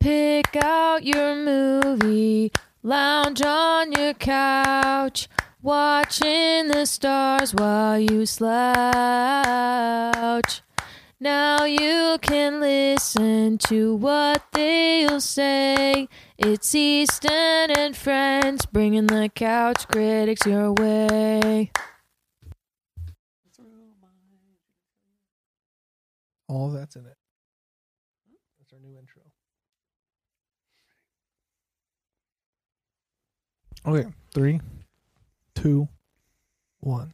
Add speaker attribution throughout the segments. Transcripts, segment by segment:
Speaker 1: Pick out your movie, lounge on your couch, watching the stars while you slouch. Now you can listen to what they'll say. It's Easton and Friends bringing the couch critics your way.
Speaker 2: All that's in it. That's our new intro. Okay, three, two, one.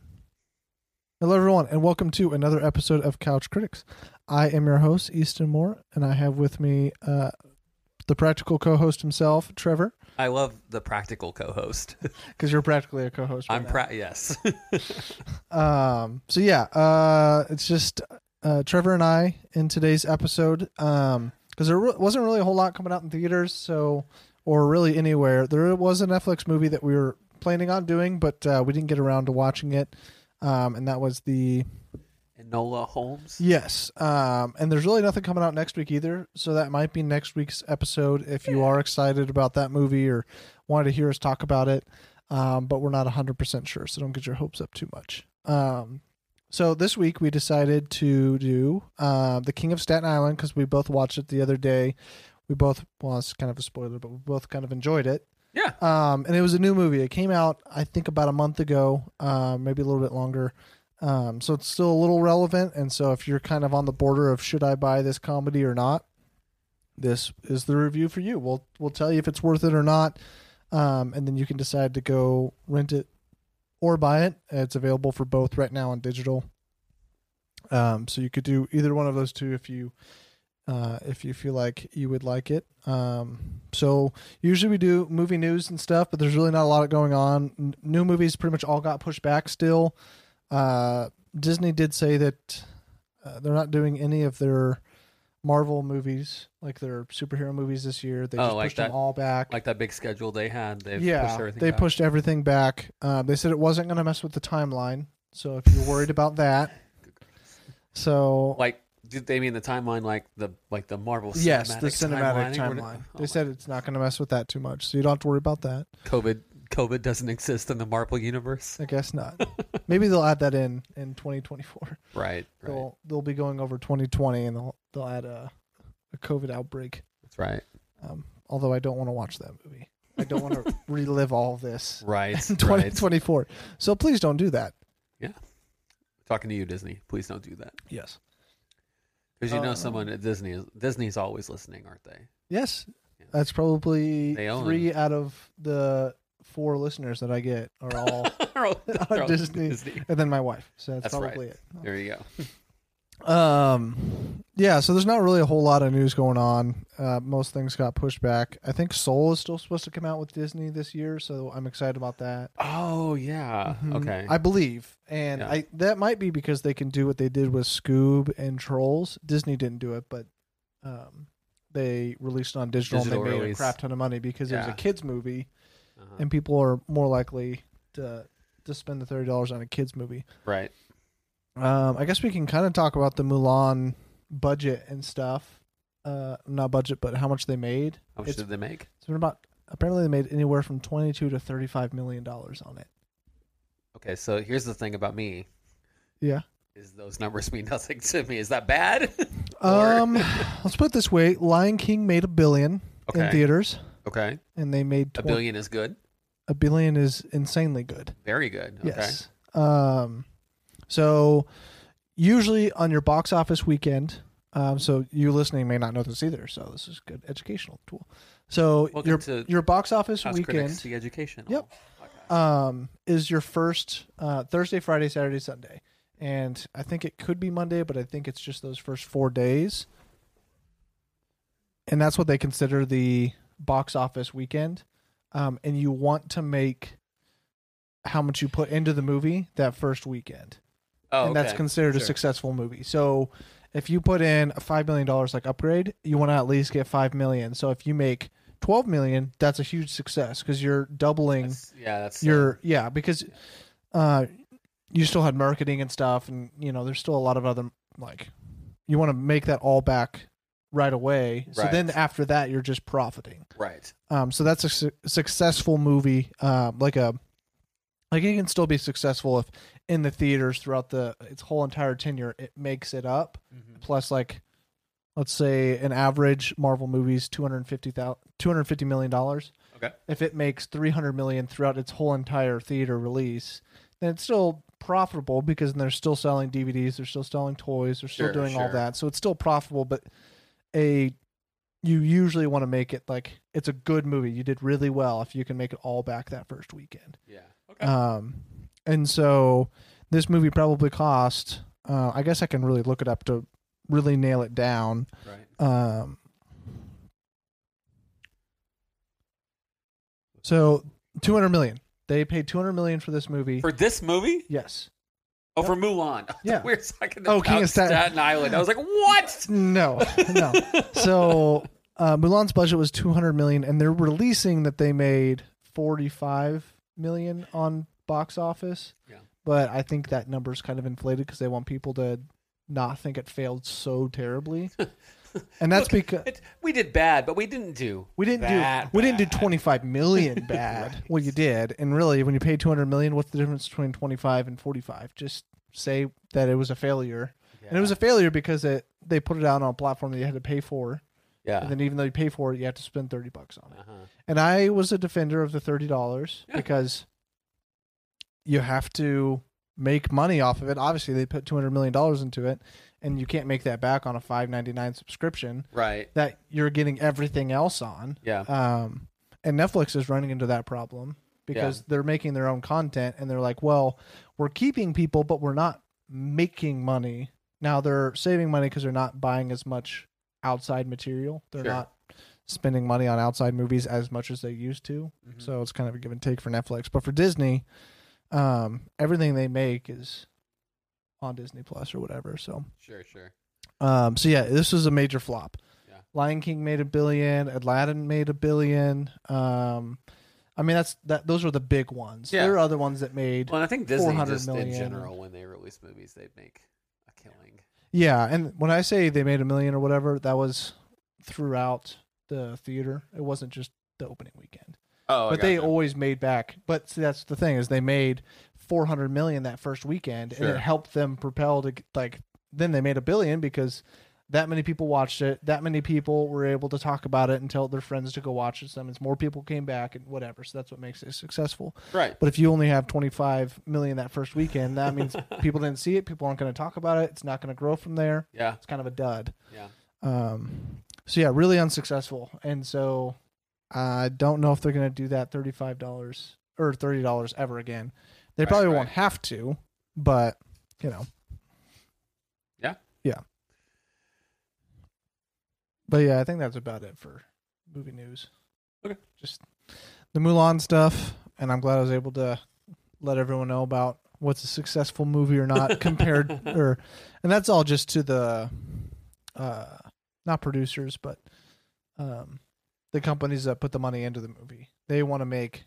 Speaker 2: Hello, everyone, and welcome to another episode of Couch Critics. I am your host, Easton Moore, and I have with me uh, the practical co-host himself, Trevor,
Speaker 3: I love the practical co-host.
Speaker 2: because you're practically a co-host. Right
Speaker 3: I'm
Speaker 2: now.
Speaker 3: pra- yes.
Speaker 2: um so yeah uh it's just uh trevor and i in today's episode um because there re- wasn't really a whole lot coming out in theaters so or really anywhere there was a netflix movie that we were planning on doing but uh we didn't get around to watching it um and that was the
Speaker 3: Enola Holmes.
Speaker 2: yes um and there's really nothing coming out next week either so that might be next week's episode if you are excited about that movie or wanted to hear us talk about it um, but we're not 100% sure, so don't get your hopes up too much. Um, so this week we decided to do uh, The King of Staten Island because we both watched it the other day. We both, well, it's kind of a spoiler, but we both kind of enjoyed it.
Speaker 3: Yeah.
Speaker 2: Um, and it was a new movie. It came out, I think, about a month ago, uh, maybe a little bit longer. Um, so it's still a little relevant. And so if you're kind of on the border of should I buy this comedy or not, this is the review for you. We'll we'll tell you if it's worth it or not, um, and then you can decide to go rent it or buy it. It's available for both right now on digital. Um, so you could do either one of those two if you uh, if you feel like you would like it. Um, so usually we do movie news and stuff, but there's really not a lot going on. N- new movies pretty much all got pushed back still. Uh, Disney did say that uh, they're not doing any of their Marvel movies, like their superhero movies this year. They
Speaker 3: Oh,
Speaker 2: just
Speaker 3: like
Speaker 2: pushed
Speaker 3: that-
Speaker 2: them all back.
Speaker 3: Like that big schedule they had. They've
Speaker 2: yeah,
Speaker 3: pushed everything
Speaker 2: they
Speaker 3: back.
Speaker 2: pushed everything back. Um, they said it wasn't going to mess with the timeline. So if you're worried about that, so
Speaker 3: Like did they mean the timeline like the like the Marvel cinematic
Speaker 2: yes, the cinematic
Speaker 3: timeline? Or did-
Speaker 2: timeline.
Speaker 3: oh
Speaker 2: they
Speaker 3: my-
Speaker 2: said it's not going to mess with that too much, so you don't have to worry about that.
Speaker 3: COVID COVID doesn't exist in the Marvel universe.
Speaker 2: I guess not. Maybe they'll add that in in 2024.
Speaker 3: Right. Right.
Speaker 2: They'll they'll be going over 2020 and they'll they'll add a a COVID outbreak.
Speaker 3: That's right.
Speaker 2: Um, although I don't want to watch that movie. I don't want to relive all this
Speaker 3: Right.
Speaker 2: in
Speaker 3: right.
Speaker 2: 2024. So please don't do that.
Speaker 3: Talking to you, Disney. Please don't do that.
Speaker 2: Yes.
Speaker 3: Because you know
Speaker 2: Um,
Speaker 3: someone at Disney is Disney's always listening, aren't they?
Speaker 2: Yes.
Speaker 3: Yeah.
Speaker 2: That's probably
Speaker 3: They own.
Speaker 2: three out of the four listeners that I get are all,
Speaker 3: They're all- they're all
Speaker 2: Disney. and then my wife. So that's,
Speaker 3: That's right.
Speaker 2: probably it.
Speaker 3: There you go.
Speaker 2: Um, yeah, so there's not really a whole lot of news going on. Uh, most things got pushed back. I think Soul is still supposed to come out with Disney this year, so I'm excited about that.
Speaker 3: Oh yeah.
Speaker 2: Mhm.
Speaker 3: Okay.
Speaker 2: I believe, and
Speaker 3: Yeah.
Speaker 2: I that might be because they can do what they did with Scoob and Trolls. Disney didn't do it, but um, they released it on digital,
Speaker 3: Digital
Speaker 2: and they made
Speaker 3: release.
Speaker 2: a crap ton of money because it was
Speaker 3: Yeah.
Speaker 2: a kids movie,
Speaker 3: Uh-huh.
Speaker 2: and people are more likely to to spend the thirty dollars on a kids movie.
Speaker 3: Right.
Speaker 2: Um, I guess we can kind of talk about the Mulan budget and stuff. Uh, not budget, but how much they made.
Speaker 3: How much
Speaker 2: It's-
Speaker 3: did Oh, they make?
Speaker 2: It's been about apparently they made anywhere from twenty-two to thirty-five million dollars on it.
Speaker 3: Okay, so here's the thing about me
Speaker 2: Yeah.
Speaker 3: is those numbers mean nothing to me. Is that bad? Or-
Speaker 2: Um, let's put it this way: Lion King made a billion in
Speaker 3: Okay.
Speaker 2: theaters,
Speaker 3: okay.
Speaker 2: and they made
Speaker 3: A
Speaker 2: twen-
Speaker 3: billion is good.
Speaker 2: A billion is insanely good.
Speaker 3: Very good. Okay.
Speaker 2: Yes. Um, so usually on your box office weekend, um, so you listening may not know this either. So this is a good educational tool. So
Speaker 3: Welcome
Speaker 2: your
Speaker 3: to
Speaker 2: your box office
Speaker 3: House Critics,
Speaker 2: weekend
Speaker 3: the educational.
Speaker 2: Yep.
Speaker 3: podcast.
Speaker 2: um, is your first uh, Thursday, Friday, Saturday, Sunday, and I think it could be Monday, but I think it's just those first four days, and that's what they consider the box office weekend. Um, and you want to make how much you put into the movie that first weekend
Speaker 3: oh,
Speaker 2: and that's
Speaker 3: okay.
Speaker 2: considered a
Speaker 3: Sure.
Speaker 2: successful movie. So if you put in a five million dollars like upgrade, you want to at least get five million. So if you make twelve million, that's a huge success because you're doubling
Speaker 3: That's- yeah, that's
Speaker 2: your yeah because uh, you still had marketing and stuff, and you know there's still a lot of other like you want to make that all back right away. So
Speaker 3: Right.
Speaker 2: then after that, you're just profiting.
Speaker 3: Right.
Speaker 2: Um, so that's a su- successful movie. Um, like a like it can still be successful if in the theaters throughout the its whole entire tenure it makes it up.
Speaker 3: Mm-hmm.
Speaker 2: Plus, like let's say an average Marvel movie's 250 250 million dollars.
Speaker 3: Okay.
Speaker 2: If it makes three hundred million throughout its whole entire theater release, then it's still profitable because they're still selling DVDs, they're still selling toys, they're still
Speaker 3: Sure,
Speaker 2: doing all
Speaker 3: sure.
Speaker 2: that. So it's still profitable, but a you usually want to make it like it's a good movie. You did really well if you can make it all back that first weekend.
Speaker 3: Yeah. Okay.
Speaker 2: Um, and so this movie probably cost. Uh, I guess I can really look it up to really nail it down.
Speaker 3: right.
Speaker 2: Um, so two hundred million. They paid two hundred million for this movie.
Speaker 3: For this movie?
Speaker 2: yes.
Speaker 3: Oh, for Mulan.
Speaker 2: Yeah.
Speaker 3: We're talking
Speaker 2: Oh,
Speaker 3: about
Speaker 2: King of Staten-
Speaker 3: Staten. Island. I was like, what?
Speaker 2: No. No. so uh, Mulan's budget was two hundred million, and they're releasing that they made forty-five million on box office.
Speaker 3: Yeah.
Speaker 2: But I think that number's kind of inflated because they want people to not think it failed so terribly, and that's because
Speaker 3: It, we did bad, but we didn't do.
Speaker 2: we didn't
Speaker 3: that
Speaker 2: do we didn't do
Speaker 3: bad.
Speaker 2: 25 million bad.
Speaker 3: Right.
Speaker 2: Well, you did. And really when you pay 200 million, what's the difference between 25 and 45? Just say that it was a failure. And it was a failure because it they put it out on a platform that you had to pay for.
Speaker 3: Yeah.
Speaker 2: And then even though you pay for it, you have to spend 30 bucks on it.
Speaker 3: uh-huh.
Speaker 2: And I was a defender of the $30
Speaker 3: Yeah.
Speaker 2: because you have to make money off of it. Obviously, they put 200 million dollars into it and you can't make that back on a 5.99 subscription
Speaker 3: Right.
Speaker 2: that you're getting everything else on.
Speaker 3: Yeah.
Speaker 2: Um, and Netflix is running into that problem because they're making their own content and they're like, well, we're keeping people, but we're not making money. Now they're saving money because they're not buying as much outside material. They're
Speaker 3: Sure.
Speaker 2: not spending money on outside movies as much as they used to.
Speaker 3: Mhm.
Speaker 2: So it's kind of a give and take for Netflix. But for Disney, um, everything they make is on Disney Plus or whatever. So
Speaker 3: Mm-hmm. Sure. Sure.
Speaker 2: um, so yeah, this was a major flop.
Speaker 3: Yeah.
Speaker 2: Lion King made a billion, Aladdin made a billion. Um, I mean that's that. Those were the big ones.
Speaker 3: Yeah.
Speaker 2: There are other ones that made.
Speaker 3: Well, and I think Disney
Speaker 2: 400
Speaker 3: just in
Speaker 2: million.
Speaker 3: general, when they release movies, they make a killing.
Speaker 2: Yeah, and when I say they made a million or whatever, that was throughout the theater. It wasn't just the opening weekend.
Speaker 3: Oh,
Speaker 2: but they always made back. But see, that's the thing is they made four hundred million that first weekend, and
Speaker 3: Sure.
Speaker 2: it helped them propel to like. Then they made a billion because that many people watched it. That many people were able to talk about it and tell their friends to go watch it. So that means more people came back and whatever. So that's what makes it successful.
Speaker 3: right.
Speaker 2: But if you only have twenty five million that first weekend, that means people didn't see it. People aren't going to talk about it. It's not going to grow from there.
Speaker 3: Yeah.
Speaker 2: It's kind of a dud.
Speaker 3: Yeah.
Speaker 2: Um, so yeah, really unsuccessful. And so I don't know if they're gonna do that thirty five dollars or thirty dollars ever again. They
Speaker 3: Right,
Speaker 2: probably
Speaker 3: right.
Speaker 2: won't have to, but you know.
Speaker 3: Yeah.
Speaker 2: Yeah. But yeah, I think that's about it for movie news.
Speaker 3: Okay.
Speaker 2: Just the Mulan stuff, and I'm glad I was able to let everyone know about what's a successful movie or not compared or and that's all just to the uh not producers but um the companies that put the money into the movie they want to make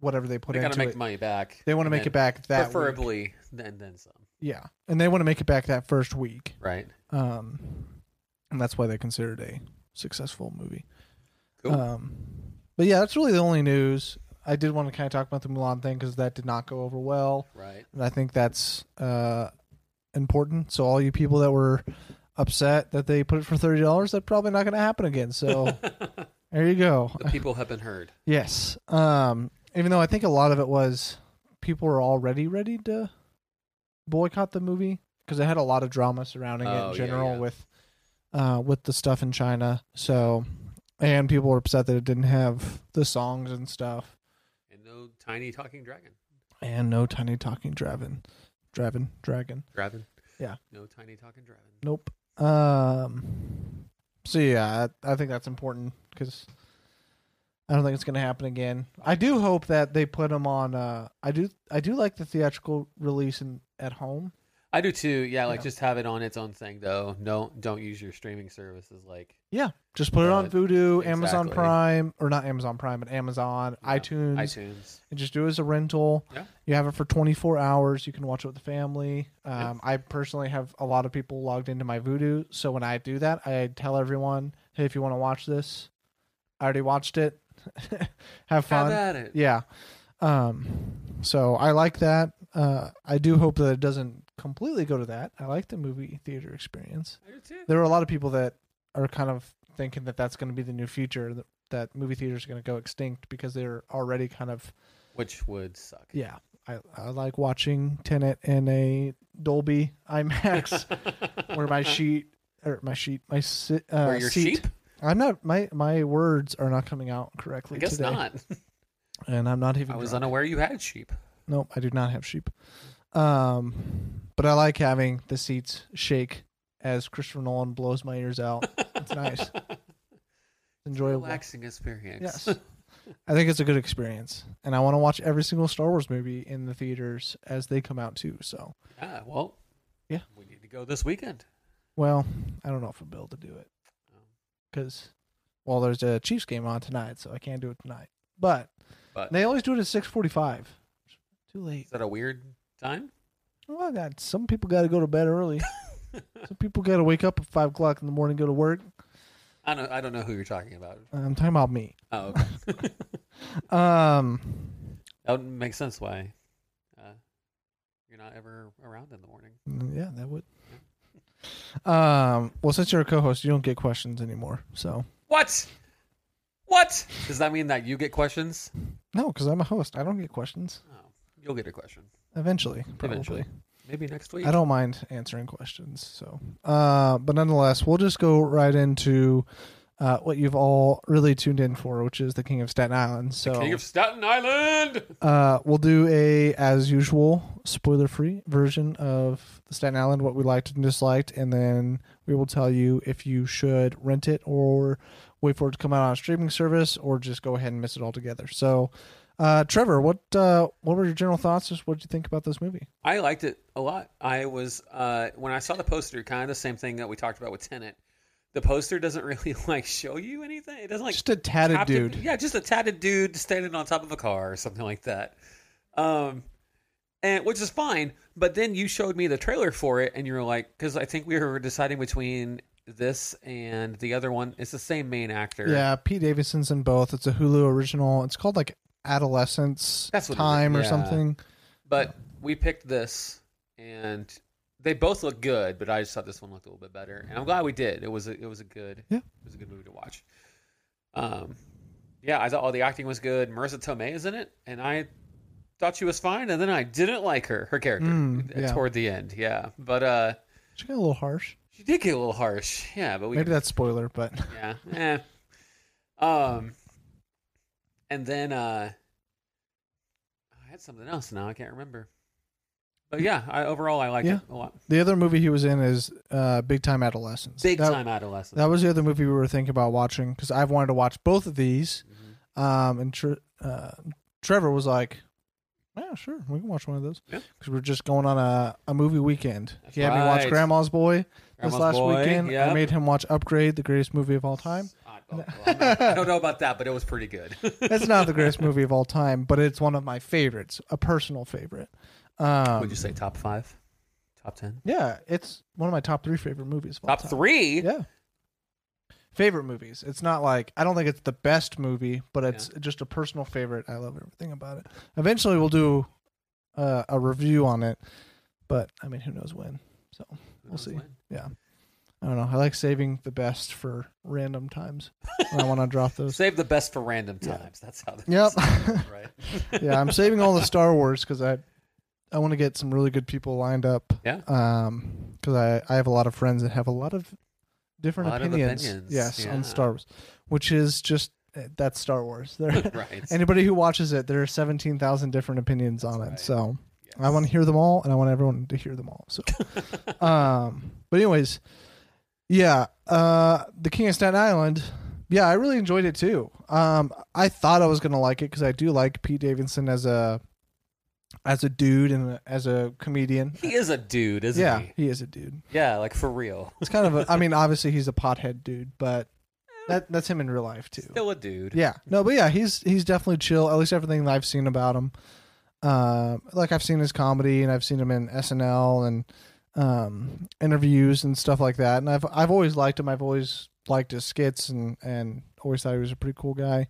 Speaker 2: whatever they put
Speaker 3: They got
Speaker 2: into
Speaker 3: to make
Speaker 2: it
Speaker 3: money back.
Speaker 2: they want to
Speaker 3: and
Speaker 2: make it
Speaker 3: then
Speaker 2: back that week.
Speaker 3: preferably, and then some.
Speaker 2: yeah and they want to make it back that first week
Speaker 3: Right.
Speaker 2: um and that's why they consider it a successful movie
Speaker 3: Cool.
Speaker 2: um but yeah that's really the only news i did want to kind of talk about the mulan thing because that did not go over well
Speaker 3: Right.
Speaker 2: and I think that's uh, important. So all you people that were upset that they put it for thirty dollars, that's probably not going to happen again. So there you go.
Speaker 3: The people have been heard.
Speaker 2: Yes. Um, even though I think a lot of it was people were already ready to boycott the movie because it had a lot of drama surrounding it
Speaker 3: Oh,
Speaker 2: in
Speaker 3: yeah,
Speaker 2: general
Speaker 3: yeah.
Speaker 2: with uh, with the stuff in China. So and people were upset that it didn't have the songs and stuff.
Speaker 3: And no tiny talking dragon.
Speaker 2: And no tiny talking dragon, dragon, dragon.
Speaker 3: Dragon.
Speaker 2: Yeah.
Speaker 3: No tiny talking dragon.
Speaker 2: Nope. Um. So yeah, I, I think that's important because I don't think it's going to happen again. I do hope that they put them on. Uh, I do. I do like the theatrical release in, at home.
Speaker 3: I do too. Yeah, like
Speaker 2: Yeah.
Speaker 3: just have it on its own thing though. No, don't use your streaming services. Like
Speaker 2: Yeah, just put it on
Speaker 3: Uh,
Speaker 2: Vudu, Amazon
Speaker 3: exactly.
Speaker 2: Prime, or not Amazon Prime, but Amazon,
Speaker 3: Yeah,
Speaker 2: iTunes,
Speaker 3: iTunes.
Speaker 2: and just do it as a rental.
Speaker 3: Yeah.
Speaker 2: You have it for 24 hours. You can watch it with the family. Um, I personally have a lot of people logged into my Vudu, so when I do that, I tell everyone, "Hey, if you want to watch this, I already watched it. have fun."
Speaker 3: Have at it.
Speaker 2: Yeah. Um, so I like that. Uh, I do hope that it doesn't completely go to that. I like the movie theater experience.
Speaker 3: I do too.
Speaker 2: There are a lot of people that are kind of thinking that that's going to be the new future that, that movie theaters are going to go extinct because they're already kind of
Speaker 3: Which would suck.
Speaker 2: yeah. I, I like watching Tenet in a Dolby IMAX where my sheet or my sheet my si- uh,
Speaker 3: Or your
Speaker 2: seat.
Speaker 3: sheep?
Speaker 2: I'm not my my words are not coming out
Speaker 3: I
Speaker 2: correctly
Speaker 3: guess
Speaker 2: today,
Speaker 3: not.
Speaker 2: and I'm not even.
Speaker 3: I was
Speaker 2: drunk.
Speaker 3: unaware you had sheep.
Speaker 2: Nope, I do not have sheep. Um, but I like having the seats shake as Christopher Nolan blows my ears out. It's nice, enjoyable.
Speaker 3: Relaxing experience.
Speaker 2: Yes, I think it's a good experience, and I want to watch every single Star Wars movie in the theaters as they come out too. So,
Speaker 3: Yeah, well.
Speaker 2: Yeah.
Speaker 3: We need to go this weekend.
Speaker 2: well, I don't know if I'll be able to do it because, well, there's a Chiefs game on tonight, so I can't do it tonight. But
Speaker 3: But
Speaker 2: they always do it at six forty-five. Too late.
Speaker 3: is that a weird time?
Speaker 2: Well, I got some people got to go to bed early. some people got to wake up at five o'clock in the morning, go to work.
Speaker 3: I don't. I don't know who you're talking about.
Speaker 2: I'm talking about me.
Speaker 3: Oh, okay.
Speaker 2: Um,
Speaker 3: that would make sense why uh, you're not ever around in the morning.
Speaker 2: yeah, that would. Um, well, since you're a co-host, you don't get questions anymore. So
Speaker 3: What? What? Does that mean that you get questions?
Speaker 2: no, because I'm a host, I don't get questions.
Speaker 3: Oh, you'll get a question.
Speaker 2: Eventually, probably.
Speaker 3: Eventually. Maybe next week.
Speaker 2: I don't mind answering questions. So, uh, but nonetheless, we'll just go right into uh, what you've all really tuned in for, which is the King of Staten Island. So,
Speaker 3: King of Staten Island.
Speaker 2: Uh, we'll do a as usual spoiler free version of the Staten Island, what we liked and disliked, and then we will tell you if you should rent it or wait for it to come out on a streaming service or just go ahead and miss it altogether. So, uh, Trevor, what uh, what were your general thoughts? Just what did you think about this movie?
Speaker 3: I liked it a lot. I was uh, when I saw the poster, kind of the same thing that we talked about with Tenant. The poster doesn't really like show you anything. It doesn't like
Speaker 2: Just a tatted
Speaker 3: captive-
Speaker 2: dude.
Speaker 3: Yeah, just a tatted dude standing on top of a car or something like that. Um, and which is fine. But then you showed me the trailer for it, and you were like, because I think we were deciding between this and the other one. It's the same main actor.
Speaker 2: Yeah, Pete Davidson's in both. It's a Hulu original. It's called like Adolescence
Speaker 3: That's what it is.
Speaker 2: Time or
Speaker 3: Yeah.
Speaker 2: something.
Speaker 3: But we picked this, and they both look good. But I just thought this one looked a little bit better, and I'm glad we did. It was a, it was a good
Speaker 2: Yeah.
Speaker 3: it was a good movie to watch. Um, yeah, I thought all the acting was good. Marissa Tomei is in it, and I thought she was fine, and then I didn't like her her character
Speaker 2: Mm, yeah.
Speaker 3: toward the end. Yeah, but uh,
Speaker 2: She got a little harsh.
Speaker 3: she did get a little harsh. Yeah, but we
Speaker 2: Maybe
Speaker 3: can-
Speaker 2: that's spoiler, but
Speaker 3: yeah. Eh. Um, and then uh, I had something else now. I can't remember. But yeah, I overall I liked
Speaker 2: Yeah.
Speaker 3: it a lot.
Speaker 2: The other movie he was in is uh, Big Time Adolescence.
Speaker 3: Big
Speaker 2: that,
Speaker 3: time adolescent.
Speaker 2: That was the other movie we were thinking about watching because I've wanted to watch both of these.
Speaker 3: Mhm.
Speaker 2: Um, and Tre- uh, Trevor was like, "Yeah, sure, we can watch one of those."
Speaker 3: Yeah.
Speaker 2: Because we're just going on a, a movie weekend.
Speaker 3: That's
Speaker 2: he had me watch
Speaker 3: right.
Speaker 2: Grandma's Boy
Speaker 3: Grandma's
Speaker 2: this last
Speaker 3: Boy,
Speaker 2: weekend.
Speaker 3: yeah.
Speaker 2: I made him watch Upgrade, the greatest movie of all time.
Speaker 3: I, oh, well, I'm not- I don't know about that, but it was pretty good.
Speaker 2: It's not the greatest movie of all time, but it's one of my favorites, a personal favorite. Um,
Speaker 3: Would you say top five, top ten,
Speaker 2: Yeah, it's one of my top three favorite movies. Of all
Speaker 3: top
Speaker 2: time.
Speaker 3: three?
Speaker 2: Yeah. Favorite movies. It's not like I don't think it's the best movie, but it's just a personal favorite. I love everything about it. Eventually, we'll do uh, a review on it, but I mean, who knows when? So
Speaker 3: Who
Speaker 2: We'll
Speaker 3: knows
Speaker 2: see.
Speaker 3: when?
Speaker 2: I don't know. I like saving the best for random times. And I want to drop those.
Speaker 3: Save the best for random
Speaker 2: Yeah.
Speaker 3: times. That's how. This
Speaker 2: Yep.
Speaker 3: right.
Speaker 2: yeah, I'm saving all the Star Wars because I I want to get some really good people lined up.
Speaker 3: Yeah.
Speaker 2: Um, because I I have a lot of friends that have a lot of different
Speaker 3: Lot of
Speaker 2: opinions.
Speaker 3: opinions,
Speaker 2: Yes,
Speaker 3: yeah.
Speaker 2: on Star Wars, which is just eh, that's Star Wars. There,
Speaker 3: right.
Speaker 2: anybody who watches it, there are seventeen thousand different opinions on it.
Speaker 3: right.
Speaker 2: So
Speaker 3: Yes.
Speaker 2: I want to hear them all, and I want everyone to hear them all. So, um, but anyways, yeah, uh, the King of Staten Island. Yeah, I really enjoyed it too. Um, I thought I was gonna like it because I do like Pete Davidson as a as a dude and a, as a comedian.
Speaker 3: He is a dude, isn't
Speaker 2: yeah,
Speaker 3: he?
Speaker 2: he is a dude.
Speaker 3: Yeah, like for real.
Speaker 2: It's kind of a. I mean, obviously he's a pothead dude, but that that's him in real life too.
Speaker 3: Still a dude.
Speaker 2: Yeah. No, but yeah, he's he's definitely chill. At least everything that I've seen about him. Uh, like I've seen his comedy and I've seen him in SNL and um, interviews and stuff like that. And I've I've always liked him. I've always liked his skits and and always thought he was a pretty cool guy.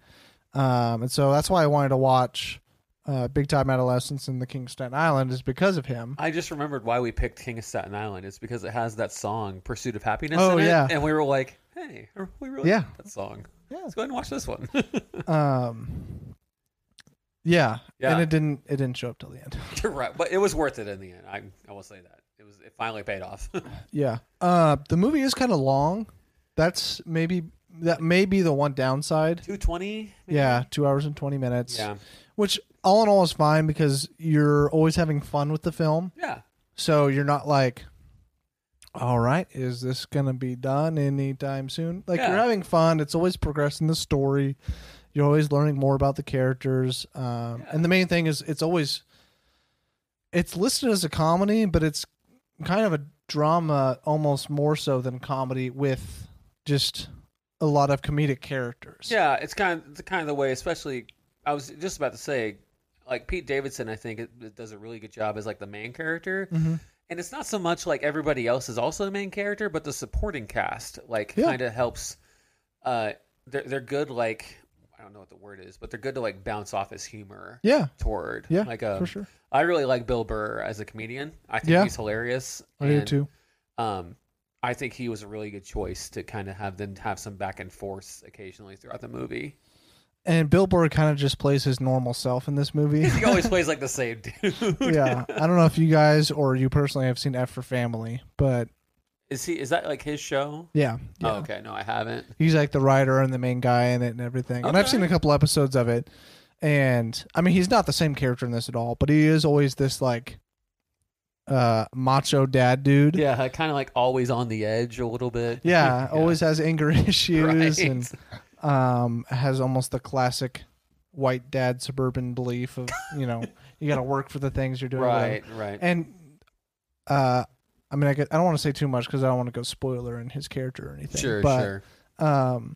Speaker 2: Um, and so that's why I wanted to watch uh, Big Time Adolescence and The King of Staten Island is because of him.
Speaker 3: I just remembered why we picked King of Staten Island. It's because it has that song "Pursuit of Happiness."
Speaker 2: Oh,
Speaker 3: in it,
Speaker 2: yeah.
Speaker 3: and we were like, "Hey, we really
Speaker 2: Yeah.
Speaker 3: like that song.
Speaker 2: Yeah.
Speaker 3: Let's go ahead and watch this one."
Speaker 2: Um, yeah.
Speaker 3: Yeah.
Speaker 2: And it didn't it didn't show up till the end.
Speaker 3: You're right, but it was worth it in the end. I I will say that it was. It finally paid off.
Speaker 2: Yeah. Uh, the movie is kind of long. That's maybe that may be the one downside.
Speaker 3: Two twenty.
Speaker 2: Yeah, two hours and twenty minutes.
Speaker 3: Yeah.
Speaker 2: Which all in all is fine because you're always having fun with the film,
Speaker 3: Yeah.
Speaker 2: so you're not like, all right, is this gonna be done anytime soon? Like
Speaker 3: Yeah.
Speaker 2: you're having fun. It's always progressing the story. You're always learning more about the characters. Um,
Speaker 3: Yeah.
Speaker 2: And the main thing is, it's always it's listed as a comedy, but it's kind of a drama almost more so than comedy with just a lot of comedic characters.
Speaker 3: Yeah, it's kind of the kind of the way, especially. I was just about to say, like Pete Davidson, I think it, it does a really good job as like the main character,
Speaker 2: Mhm.
Speaker 3: and it's not so much like everybody else is also the main character, but the supporting cast like
Speaker 2: Yeah.
Speaker 3: kind of helps. Uh, they're they're good like I don't know what the word is, but they're good to like bounce off his humor
Speaker 2: Yeah.
Speaker 3: toward.
Speaker 2: Yeah,
Speaker 3: like um,
Speaker 2: for sure.
Speaker 3: I really like Bill Burr as a comedian. I think
Speaker 2: Yeah.
Speaker 3: he's hilarious.
Speaker 2: I do
Speaker 3: and,
Speaker 2: too.
Speaker 3: Um, I think he was a really good choice to kind of have them have some back and forth occasionally throughout the movie.
Speaker 2: And Bill Burr kind of just plays his normal self in this movie.
Speaker 3: He always plays like the same dude.
Speaker 2: yeah. I don't know if you guys or you personally have seen F for Family, but
Speaker 3: Is he? Is that like his show?
Speaker 2: yeah. yeah.
Speaker 3: Oh, okay. No, I haven't.
Speaker 2: He's like the writer and the main guy in it and everything. And I've
Speaker 3: Okay.
Speaker 2: seen a couple episodes of it. And I mean, he's not the same character in this at all, but he is always this like uh macho dad dude.
Speaker 3: Yeah, kind of like always on the edge a little bit.
Speaker 2: Yeah, always has anger issues
Speaker 3: Right.
Speaker 2: and um has almost the classic white dad suburban belief of, you know, you got to work for the things you're doing.
Speaker 3: right, right.
Speaker 2: And uh I mean, I, could, I don't want to say too much because I don't want to go spoiler in his character or anything.
Speaker 3: sure,
Speaker 2: but
Speaker 3: sure.
Speaker 2: um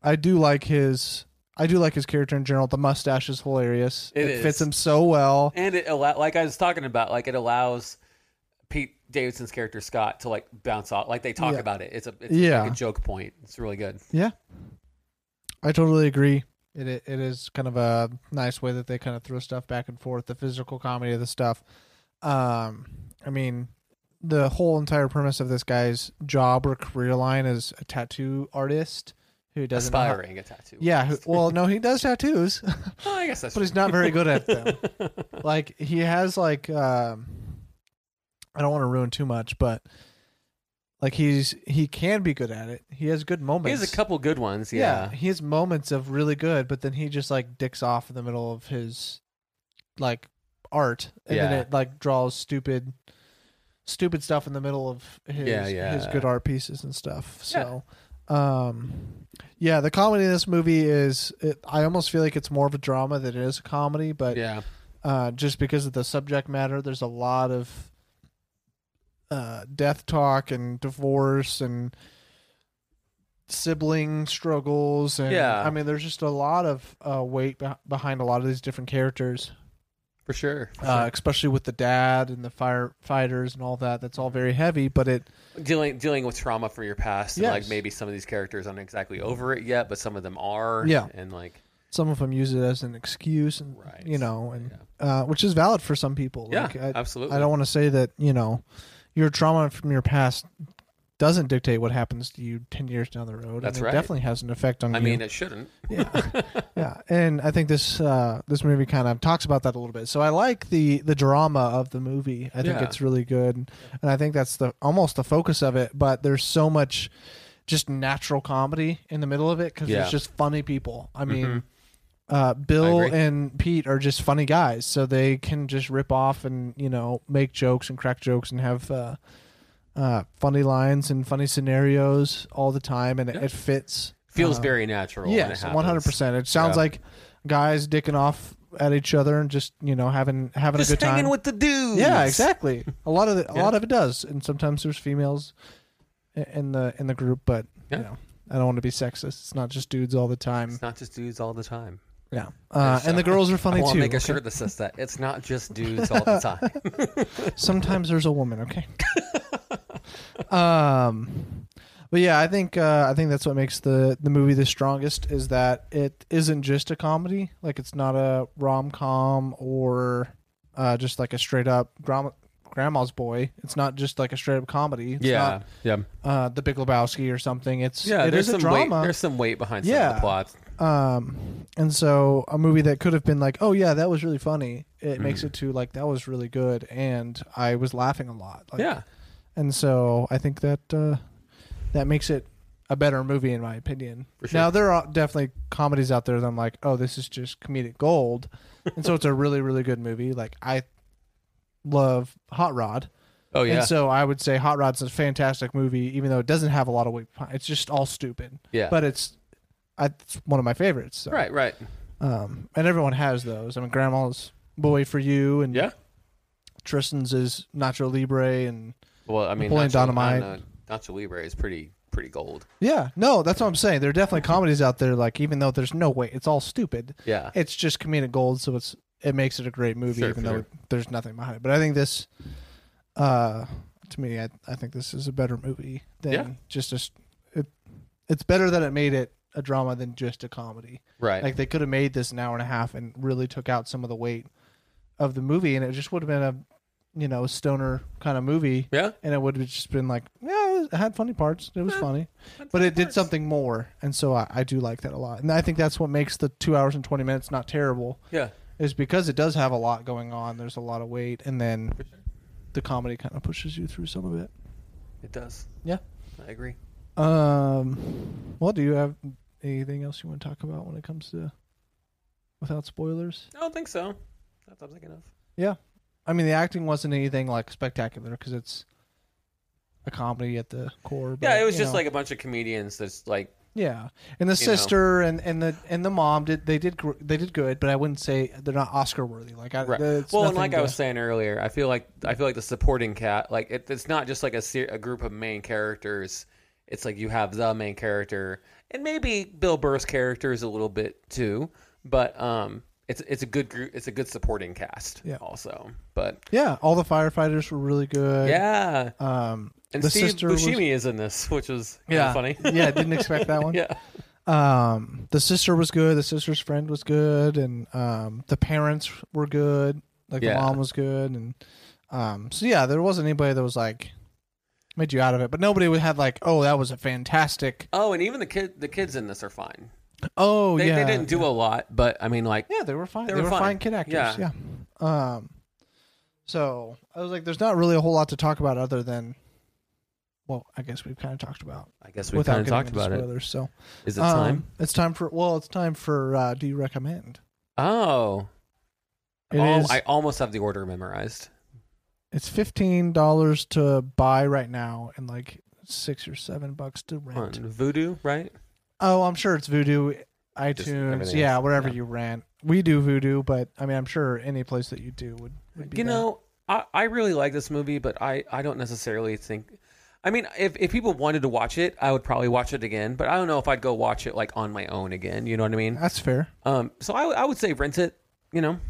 Speaker 2: i do like his i do like his character in general the mustache is hilarious
Speaker 3: It is.
Speaker 2: fits him so well
Speaker 3: And it allow, like I was talking about, like it allows Pete Davidson's character Scott to like bounce off. Like they talk
Speaker 2: Yeah.
Speaker 3: about it. It's a it's
Speaker 2: Yeah.
Speaker 3: like a joke point. It's really good.
Speaker 2: i totally agree it, it it is kind of a nice way that they kind of throw stuff back and forth the physical comedy of the stuff um i mean the whole entire premise of this guy's job or career line is a tattoo artist who doesn't know how-
Speaker 3: Aspiring a tattoo.
Speaker 2: yeah who, well no he does tattoos
Speaker 3: Oh, I guess that's.
Speaker 2: but he's not very good at them like he has like um i don't want to ruin too much but like he's he can be good at it he has good
Speaker 3: he
Speaker 2: moments
Speaker 3: has a couple good ones.
Speaker 2: yeah.
Speaker 3: Yeah.
Speaker 2: he has moments of really good but then he just like dicks off in the middle of his like art and
Speaker 3: Yeah.
Speaker 2: then it like draws stupid stupid stuff in the middle of his
Speaker 3: Yeah, yeah.
Speaker 2: his good art pieces and stuff so um yeah the comedy in this movie is it, i almost feel like it's more of a drama than it is a comedy but
Speaker 3: Yeah.
Speaker 2: uh, just because of the subject matter. There's a lot of uh, death talk and divorce and sibling struggles, and
Speaker 3: Yeah.
Speaker 2: I mean, there's just a lot of uh, weight beh behind a lot of these different characters,
Speaker 3: For sure. for
Speaker 2: uh, especially with the dad and the firefighters and all that. That's all very heavy, but it
Speaker 3: sure. Dealing dealing with trauma from your past, and like
Speaker 2: Yes.
Speaker 3: maybe some of these characters aren't exactly over it yet, but some of them are.
Speaker 2: Yeah.
Speaker 3: And like.
Speaker 2: some of them use it as an excuse, and
Speaker 3: Right.
Speaker 2: you know, and
Speaker 3: Yeah.
Speaker 2: uh, which is valid for some people.
Speaker 3: Yeah,
Speaker 2: Like, I-
Speaker 3: absolutely.
Speaker 2: I don't want to say that you know your trauma from your past doesn't dictate what happens to you ten years down the road.
Speaker 3: That's
Speaker 2: and
Speaker 3: right.
Speaker 2: It definitely has an effect on
Speaker 3: I
Speaker 2: you.
Speaker 3: mean, it shouldn't.
Speaker 2: yeah, yeah. And I think this uh, this movie kind of talks about that a little bit. So I like the the drama of the movie. I think
Speaker 3: Yeah.
Speaker 2: it's really good, and I think that's the almost the focus of it. But there's so much just natural comedy in the middle of it because
Speaker 3: Yeah.
Speaker 2: there's just funny people. I mean.
Speaker 3: Mhm.
Speaker 2: Uh, Bill
Speaker 3: I agree.
Speaker 2: and Pete are just funny guys, so they can just rip off and you know make jokes and crack jokes and have uh, uh, funny lines and funny scenarios all the time, and it,
Speaker 3: Yeah.
Speaker 2: it fits.
Speaker 3: Feels
Speaker 2: Uh,
Speaker 3: very natural. when it
Speaker 2: Yes, one hundred
Speaker 3: happens.
Speaker 2: percent. It sounds
Speaker 3: Yeah.
Speaker 2: like guys dicking off at each other and just you know having having
Speaker 3: Just
Speaker 2: a good
Speaker 3: hanging
Speaker 2: time.
Speaker 3: with the dudes.
Speaker 2: yeah, exactly. A lot of the, a
Speaker 3: Yeah.
Speaker 2: lot of it does, and sometimes there's females i- in the in the group, but
Speaker 3: Yeah.
Speaker 2: you know I don't want to be sexist. It's not just dudes all the time.
Speaker 3: It's not just dudes all the time.
Speaker 2: Yeah, uh,
Speaker 3: There's,
Speaker 2: and the
Speaker 3: uh,
Speaker 2: girls are
Speaker 3: I
Speaker 2: funny
Speaker 3: want
Speaker 2: too.
Speaker 3: to make a
Speaker 2: okay?
Speaker 3: shirt that says that. It's not just dudes all the time.
Speaker 2: Sometimes there's a woman, okay. um, but yeah, I think uh, I think that's what makes the the movie the strongest is that it isn't just a comedy. Like it's not a rom com or uh, just like a straight up grandma, grandma's boy. It's not just like a straight up comedy. It's
Speaker 3: yeah, yeah,
Speaker 2: not, uh, The Big Lebowski or something. It's
Speaker 3: yeah.
Speaker 2: it
Speaker 3: there's
Speaker 2: is
Speaker 3: some
Speaker 2: a
Speaker 3: weight.
Speaker 2: drama.
Speaker 3: There's some weight behind some of
Speaker 2: Yeah.
Speaker 3: the plots.
Speaker 2: Um, and so a movie that could have been like, oh yeah, that was really funny. It makes
Speaker 3: Mm.
Speaker 2: it to like that was really good, and I was laughing a lot. Like,
Speaker 3: yeah,
Speaker 2: and so I think that uh, that makes it a better movie in my opinion.
Speaker 3: For sure.
Speaker 2: Now there are definitely comedies out there that I'm like, oh, this is just comedic gold, and so it's a really really good movie. Like I love Hot Rod,
Speaker 3: oh yeah,
Speaker 2: and so I would say Hot Rod's a fantastic movie, even though it doesn't have a lot of weight. behind- It's just all stupid,
Speaker 3: yeah.
Speaker 2: but uh, it's I, it's one of my favorites. So.
Speaker 3: right, right.
Speaker 2: Um, and everyone has those. I mean, Grandma's Boy for You, and
Speaker 3: Yeah.
Speaker 2: Tristan's is Nacho Libre, and
Speaker 3: Well, I mean,
Speaker 2: Napoleon
Speaker 3: Nacho,
Speaker 2: Dynamite.
Speaker 3: uh, Nacho Libre is pretty pretty gold.
Speaker 2: Yeah, no, that's what I'm saying. There are definitely comedies out there, like even though there's no way, it's all stupid.
Speaker 3: Yeah,
Speaker 2: It's just comedic gold, so it's it makes it a great movie,
Speaker 3: Sure,
Speaker 2: even
Speaker 3: sure.
Speaker 2: though there's nothing behind it. But I think this, uh, to me, I, I think this is a better movie than
Speaker 3: Yeah.
Speaker 2: just a. s- It, it's better that it made it a drama than just a comedy.
Speaker 3: right.
Speaker 2: Like they could have made this an hour and a half and really took out some of the weight of the movie, and it just would have been a, you know, stoner kind of movie
Speaker 3: yeah,
Speaker 2: and it would have just been like, yeah, it had funny parts. It was
Speaker 3: Yeah,
Speaker 2: funny,
Speaker 3: had
Speaker 2: but
Speaker 3: funny
Speaker 2: it did
Speaker 3: parts.
Speaker 2: something more, and so I, I do like that a lot. And I think that's what makes the two hours and twenty minutes not terrible,
Speaker 3: yeah.
Speaker 2: is because it does have a lot going on. There's a lot of weight, and then
Speaker 3: For sure.
Speaker 2: the comedy kind of pushes you through some of it.
Speaker 3: It does.
Speaker 2: Yeah.
Speaker 3: I agree.
Speaker 2: Um, well, do you have anything else you want to talk about when it comes to without spoilers?
Speaker 3: I don't think so. That's what I'm thinking of.
Speaker 2: I mean, the acting wasn't anything like spectacular because it's a comedy at the core. But,
Speaker 3: yeah, it was
Speaker 2: you
Speaker 3: just
Speaker 2: know.
Speaker 3: like a bunch of comedians that's like,
Speaker 2: Yeah, and the
Speaker 3: You know.
Speaker 2: sister and, and the and the mom did they did gr- they did good, but I wouldn't say they're not Oscar worthy. Like I
Speaker 3: right.
Speaker 2: it's
Speaker 3: well, and
Speaker 2: nothing
Speaker 3: like I
Speaker 2: to-
Speaker 3: was saying earlier, I feel like I feel like the supporting cat, like it, it's not just like a ser- a group of main characters. It's like you have the main character, and maybe Bill Burr's character is a little bit too, but um, it's it's a good group. It's a good supporting cast.
Speaker 2: Yeah.
Speaker 3: Also, but
Speaker 2: yeah, all the firefighters were really good.
Speaker 3: yeah,
Speaker 2: um,
Speaker 3: and
Speaker 2: the
Speaker 3: Steve
Speaker 2: sister was-
Speaker 3: Buscemi is in this, which was kinda
Speaker 2: yeah,
Speaker 3: funny.
Speaker 2: yeah, I didn't expect that one.
Speaker 3: yeah,
Speaker 2: Um, the sister was good. The sister's friend was good, and um, the parents were good. Like
Speaker 3: Yeah.
Speaker 2: the mom was good, and um, so yeah, there wasn't anybody that was like made you out of it, but nobody would have like, oh, that was a fantastic.
Speaker 3: Oh, and even the kid the kids in this are fine.
Speaker 2: Oh
Speaker 3: They,
Speaker 2: yeah,
Speaker 3: they didn't do a lot, but I mean, like
Speaker 2: Yeah, they were fine.
Speaker 3: They
Speaker 2: They,
Speaker 3: were
Speaker 2: were,
Speaker 3: fine.
Speaker 2: fine. kid actors.
Speaker 3: Yeah.
Speaker 2: Yeah. Um. So I was like, there's not really a whole lot to talk about other than, well, I guess we've kind of talked about
Speaker 3: I guess we
Speaker 2: without
Speaker 3: kind of
Speaker 2: getting
Speaker 3: talked
Speaker 2: into
Speaker 3: about it.
Speaker 2: spoilers. So
Speaker 3: Is it
Speaker 2: um,
Speaker 3: time?
Speaker 2: It's time for well, it's time for uh, do you recommend?
Speaker 3: Oh,
Speaker 2: It
Speaker 3: Al-
Speaker 2: is-
Speaker 3: Oh, I almost have the order memorized.
Speaker 2: It's fifteen dollars to buy right now and like six or seven bucks to
Speaker 3: On
Speaker 2: rent.
Speaker 3: Voodoo, right?
Speaker 2: Oh, I'm sure it's Voodoo,
Speaker 3: everything
Speaker 2: iTunes,
Speaker 3: else.
Speaker 2: yeah, wherever
Speaker 3: Yeah.
Speaker 2: you rent. We do Voodoo, but I mean, I'm sure any place that you do would. would be
Speaker 3: You
Speaker 2: that.
Speaker 3: know, I, I really like this movie, but I, I don't necessarily think. I mean, if, if people wanted to watch it, I would probably watch it again, but I don't know if I'd go watch it like on my own again. You know what I mean?
Speaker 2: that's fair.
Speaker 3: Um, so I, I would say rent it. You know,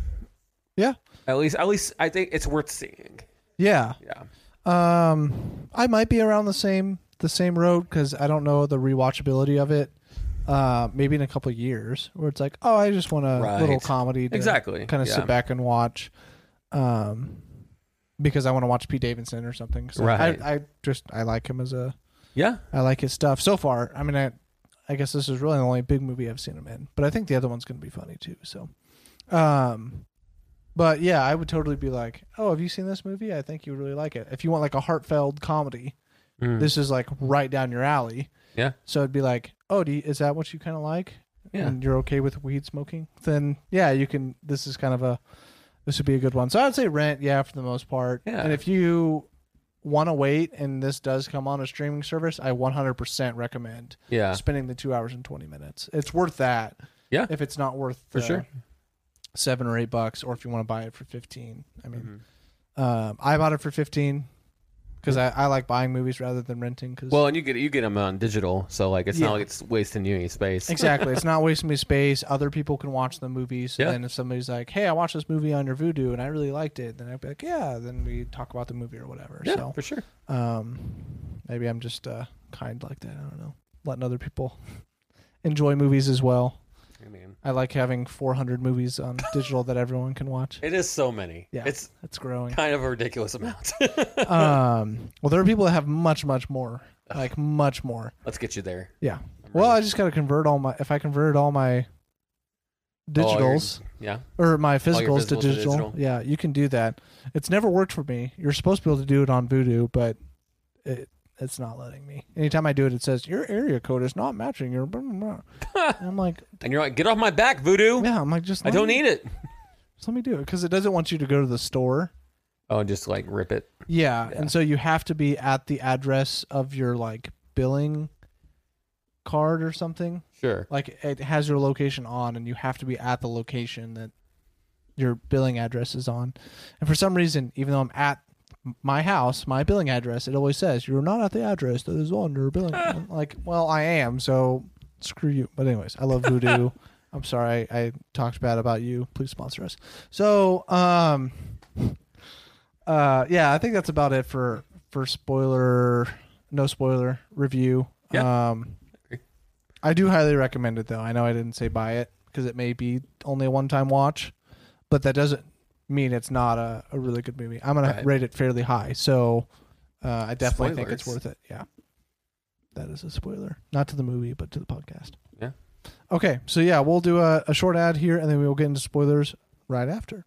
Speaker 2: Yeah,
Speaker 3: at least at least I think it's worth seeing.
Speaker 2: yeah.
Speaker 3: Yeah,
Speaker 2: Um, I might be around the same the same road because I don't know the rewatchability of it. Uh, maybe in a couple of years, where it's like, oh, I just want a
Speaker 3: Right.
Speaker 2: little comedy, to
Speaker 3: Exactly,
Speaker 2: Kind of
Speaker 3: yeah.
Speaker 2: sit back and watch, um, because I want to watch Pete Davidson or something. 'Cause I-
Speaker 3: Right.
Speaker 2: I, I just I like him as a
Speaker 3: yeah,
Speaker 2: I like his stuff so far. I mean, I I guess this is really the only big movie I've seen him in, but I think the other one's going to be funny too. So, um, but yeah, I would totally be like, oh, have you seen this movie? I think you would really like it. If you want like a heartfelt comedy,
Speaker 3: Mm.
Speaker 2: this is like right down your alley.
Speaker 3: Yeah.
Speaker 2: So it'd be like, oh, do you, is that what you kind of like?
Speaker 3: yeah.
Speaker 2: And you're okay with weed smoking? Then yeah, you can. This is kind of a this would be a good one. So I'd say rent, yeah, for the most part.
Speaker 3: Yeah.
Speaker 2: And if you want to wait and this does come on a streaming service, I 100% recommend
Speaker 3: yeah.
Speaker 2: spending the two hours and 20 minutes. It's worth that.
Speaker 3: Yeah.
Speaker 2: If it's not worth
Speaker 3: For
Speaker 2: the,
Speaker 3: sure.
Speaker 2: seven or eight bucks, or if you want to buy it for fifteen. I
Speaker 3: Mm-hmm.
Speaker 2: mean, um, I bought it for fifteen because I, I like buying movies rather than renting. Because
Speaker 3: Well, and you get you get them on digital, so like it's
Speaker 2: Yeah.
Speaker 3: not like it's wasting you any space.
Speaker 2: exactly, it's not wasting me space. Other people can watch the movies,
Speaker 3: Yeah.
Speaker 2: and then if somebody's like, "Hey, I watched this movie on your Voodoo and I really liked it," then I'd be like, "Yeah," then we talk about the movie or whatever.
Speaker 3: Yeah,
Speaker 2: so
Speaker 3: for sure.
Speaker 2: um, maybe I'm just uh, kind like that. I don't know, letting other people enjoy movies as well.
Speaker 3: I mean,
Speaker 2: I like having 400 movies on digital that everyone can watch.
Speaker 3: it is so many.
Speaker 2: Yeah.
Speaker 3: It's
Speaker 2: That's growing.
Speaker 3: kind of a ridiculous amount.
Speaker 2: um, well, there are people that have much, much more, like much more.
Speaker 3: Let's get you there.
Speaker 2: Yeah.
Speaker 3: I'm
Speaker 2: Well, I
Speaker 3: ready.
Speaker 2: just got to convert all my if I converted all
Speaker 3: Oh,
Speaker 2: my digitals
Speaker 3: yeah.
Speaker 2: or my
Speaker 3: your
Speaker 2: physicals to
Speaker 3: physicals to
Speaker 2: digital.
Speaker 3: digital.
Speaker 2: Yeah, you can do that. It's never worked for me. You're supposed to be able to do it on Voodoo, but it it's not letting me. Anytime I do it, it says your area code is not matching your. blah, blah, blah." And I'm like,
Speaker 3: And you're like, get off my back, voodoo.
Speaker 2: yeah, I'm like, just
Speaker 3: I
Speaker 2: let
Speaker 3: don't
Speaker 2: me,
Speaker 3: need it.
Speaker 2: Just let me do it because it doesn't want you to go to the store.
Speaker 3: Oh, and just like rip it.
Speaker 2: Yeah,
Speaker 3: Yeah.
Speaker 2: and so you have to be at the address of your like billing card or something.
Speaker 3: Sure.
Speaker 2: Like it has your location on, and you have to be at the location that your billing address is on. And for some reason, even though I'm at my house, my billing address, it always says you're not at the address that is on your billing. I'm like, well, I am, so screw you. But anyways, I love Voodoo. I'm sorry I talked bad about you. Please sponsor us. So, um, uh, yeah, I think that's about it for for spoiler, no spoiler review.
Speaker 3: Yeah.
Speaker 2: Um,
Speaker 3: Agree.
Speaker 2: I do highly recommend it though. I know I didn't say buy it because it may be only a one time watch, but that doesn't mean it's not a, a really good movie. I'm gonna
Speaker 3: Right.
Speaker 2: rate it fairly high, so uh, I definitely think it's
Speaker 3: Spoilers.
Speaker 2: worth it. Yeah, that is a spoiler, not to the movie, but to the podcast.
Speaker 3: Yeah.
Speaker 2: Okay, so yeah, we'll do a, a short ad here, and then we will get into spoilers right after.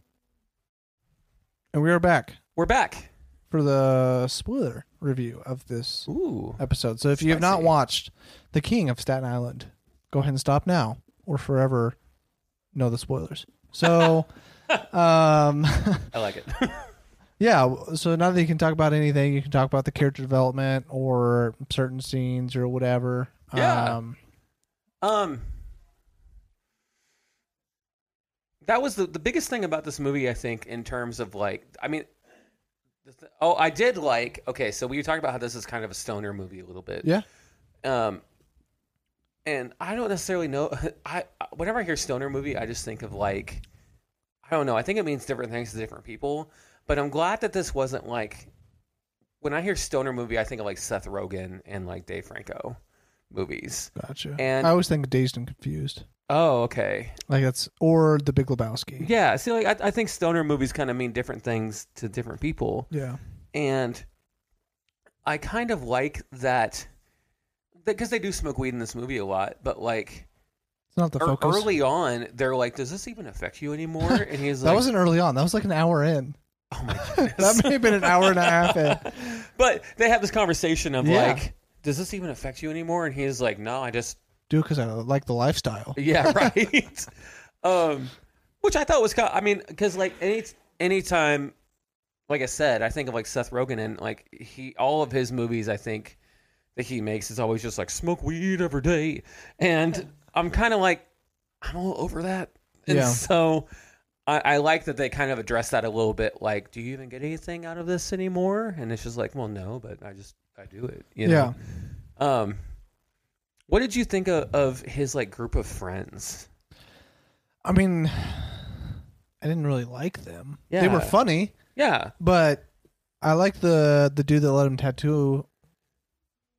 Speaker 2: And we are back
Speaker 3: We're back.
Speaker 2: for the spoiler review of this
Speaker 3: Ooh.
Speaker 2: episode. So if you have not
Speaker 3: Spicy.
Speaker 2: watched The King of Staten Island, go ahead and stop now or forever know the spoilers. So um
Speaker 3: I like it.
Speaker 2: yeah, w- so now that you can talk about anything, you can talk about the character development or certain scenes or whatever.
Speaker 3: Yeah.
Speaker 2: Um
Speaker 3: Um, that was the the biggest thing about this movie, I think, in terms of like, I mean, the th- oh, I did like. Okay, so we talked about how this is kind of a stoner movie a little bit.
Speaker 2: yeah.
Speaker 3: Um, and I don't necessarily know. I I- whenever I hear stoner movie, I just think of like, I don't know. I think it means different things to different people. But I'm glad that this wasn't like. When I hear stoner movie, I think of like Seth Rogen and like Dave Franco movies.
Speaker 2: Gotcha.
Speaker 3: And-
Speaker 2: I always think dazed and confused.
Speaker 3: Oh, okay.
Speaker 2: Like that's or the Big Lebowski.
Speaker 3: Yeah, see, like I, I think stoner movies kind of mean different things to different people,
Speaker 2: Yeah.
Speaker 3: and I kind of like that because they do smoke weed in this movie a lot. But like
Speaker 2: It's not the
Speaker 3: ear-
Speaker 2: focus.
Speaker 3: early on, they're like, "Does this even affect you anymore?" And he's
Speaker 2: that
Speaker 3: like,
Speaker 2: wasn't early on. That was like an hour in.
Speaker 3: "Oh my goodness."
Speaker 2: That may have been an hour and a half in.
Speaker 3: but they have this conversation of
Speaker 2: Yeah.
Speaker 3: like, "Does this even affect you anymore?" And he's like, "No, I just
Speaker 2: Do it because I like the lifestyle.
Speaker 3: Yeah, right. um, which I thought was kind. I mean, because like any anytime, like I said, I think of like Seth Rogen and like he all of his movies. I think that he makes is always just like smoke weed every day, and I'm kind of like I'm all over that, and
Speaker 2: Yeah.
Speaker 3: so. I, I like that they kind of address that a little bit. Like, do you even get anything out of this anymore? And it's just like, well, no, but I just I do it. You know? Yeah. Um, what did you think of, of his like group of friends?
Speaker 2: I mean, I didn't really like them. They were
Speaker 3: Yeah.
Speaker 2: funny,
Speaker 3: Yeah,
Speaker 2: but I liked the the dude that let him tattoo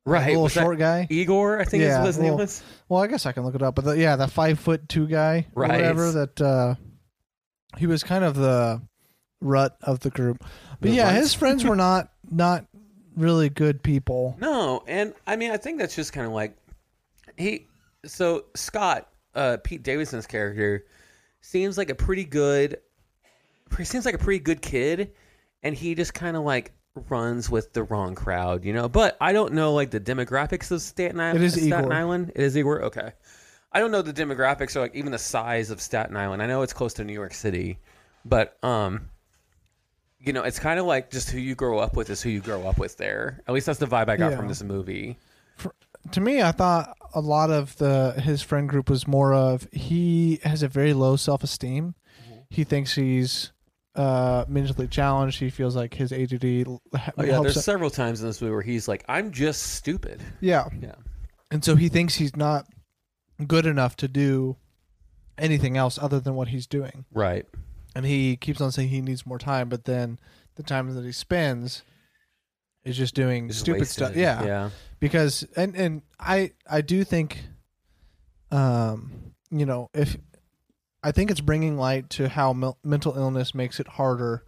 Speaker 3: right.
Speaker 2: the little
Speaker 3: was that
Speaker 2: short guy.
Speaker 3: Igor, I think
Speaker 2: Yeah,
Speaker 3: is what his name
Speaker 2: well-
Speaker 3: was.
Speaker 2: Well, I guess I can look it up, but the, yeah, the five foot two guy, or
Speaker 3: Right.
Speaker 2: whatever. That uh, he was kind of the rut of the group, but
Speaker 3: The
Speaker 2: yeah,
Speaker 3: runt.
Speaker 2: his friends were not not really good people.
Speaker 3: No, and I mean, I think that's just kind of like he. So Scott, uh, Pete Davidson's character, seems like a pretty good. He seems like a pretty good kid, and he just kind of like runs with the wrong crowd, you know. But I don't know like the demographics of Staten Island.
Speaker 2: It is
Speaker 3: Staten
Speaker 2: Igor.
Speaker 3: Island. It is Igor. Okay, I don't know the demographics or like even the size of Staten Island. I know it's close to New York City, but um. You know, it's kind of like just who you grow up with is who you grow up with there. At least that's the vibe I got
Speaker 2: Yeah.
Speaker 3: from this movie.
Speaker 2: to me, I thought a
Speaker 3: Mm-hmm.
Speaker 2: lot of the his friend group was more of he has a very low self esteem, He thinks he's uh, mentally challenged. He feels like his ADD l- ha-
Speaker 3: Oh, yeah,
Speaker 2: helps.
Speaker 3: there's
Speaker 2: him-
Speaker 3: several times in this movie where he's like, "I'm just stupid."
Speaker 2: yeah,
Speaker 3: Yeah.
Speaker 2: and so he thinks he's not good enough to do anything else other than what he's doing.
Speaker 3: Right.
Speaker 2: and he keeps on saying he needs more time, but then the time that he spends is just doing
Speaker 3: Just
Speaker 2: stupid
Speaker 3: wasted.
Speaker 2: stuff. Yeah,
Speaker 3: Yeah.
Speaker 2: because and and I I do think, um, you know, if I think it's bringing light to how mel- mental illness makes it harder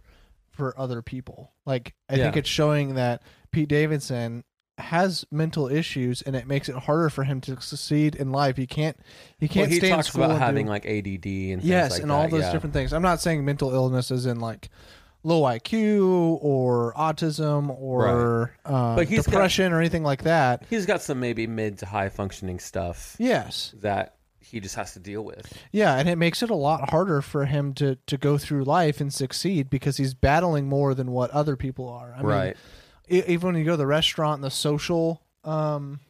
Speaker 2: for other people. Like I think
Speaker 3: Yeah.
Speaker 2: it's showing that Pete Davidson has mental issues and it makes it harder for him to succeed in life. He can't he can't
Speaker 3: Well, he
Speaker 2: stay in
Speaker 3: talks
Speaker 2: school
Speaker 3: about
Speaker 2: and do-
Speaker 3: having like ADD and
Speaker 2: yes
Speaker 3: things like
Speaker 2: and all
Speaker 3: that,
Speaker 2: those
Speaker 3: yeah.
Speaker 2: different things i'm not saying mental illness is in like low iq or autism or um,
Speaker 3: But he's got-
Speaker 2: depression or anything like that
Speaker 3: He's got some maybe mid to high functioning stuff
Speaker 2: yes
Speaker 3: that he just has to deal with.
Speaker 2: yeah and it makes it a lot harder for him to to go through life and succeed because he's battling more than what other people are i mean
Speaker 3: right.
Speaker 2: e- even when you go to the restaurant and the social um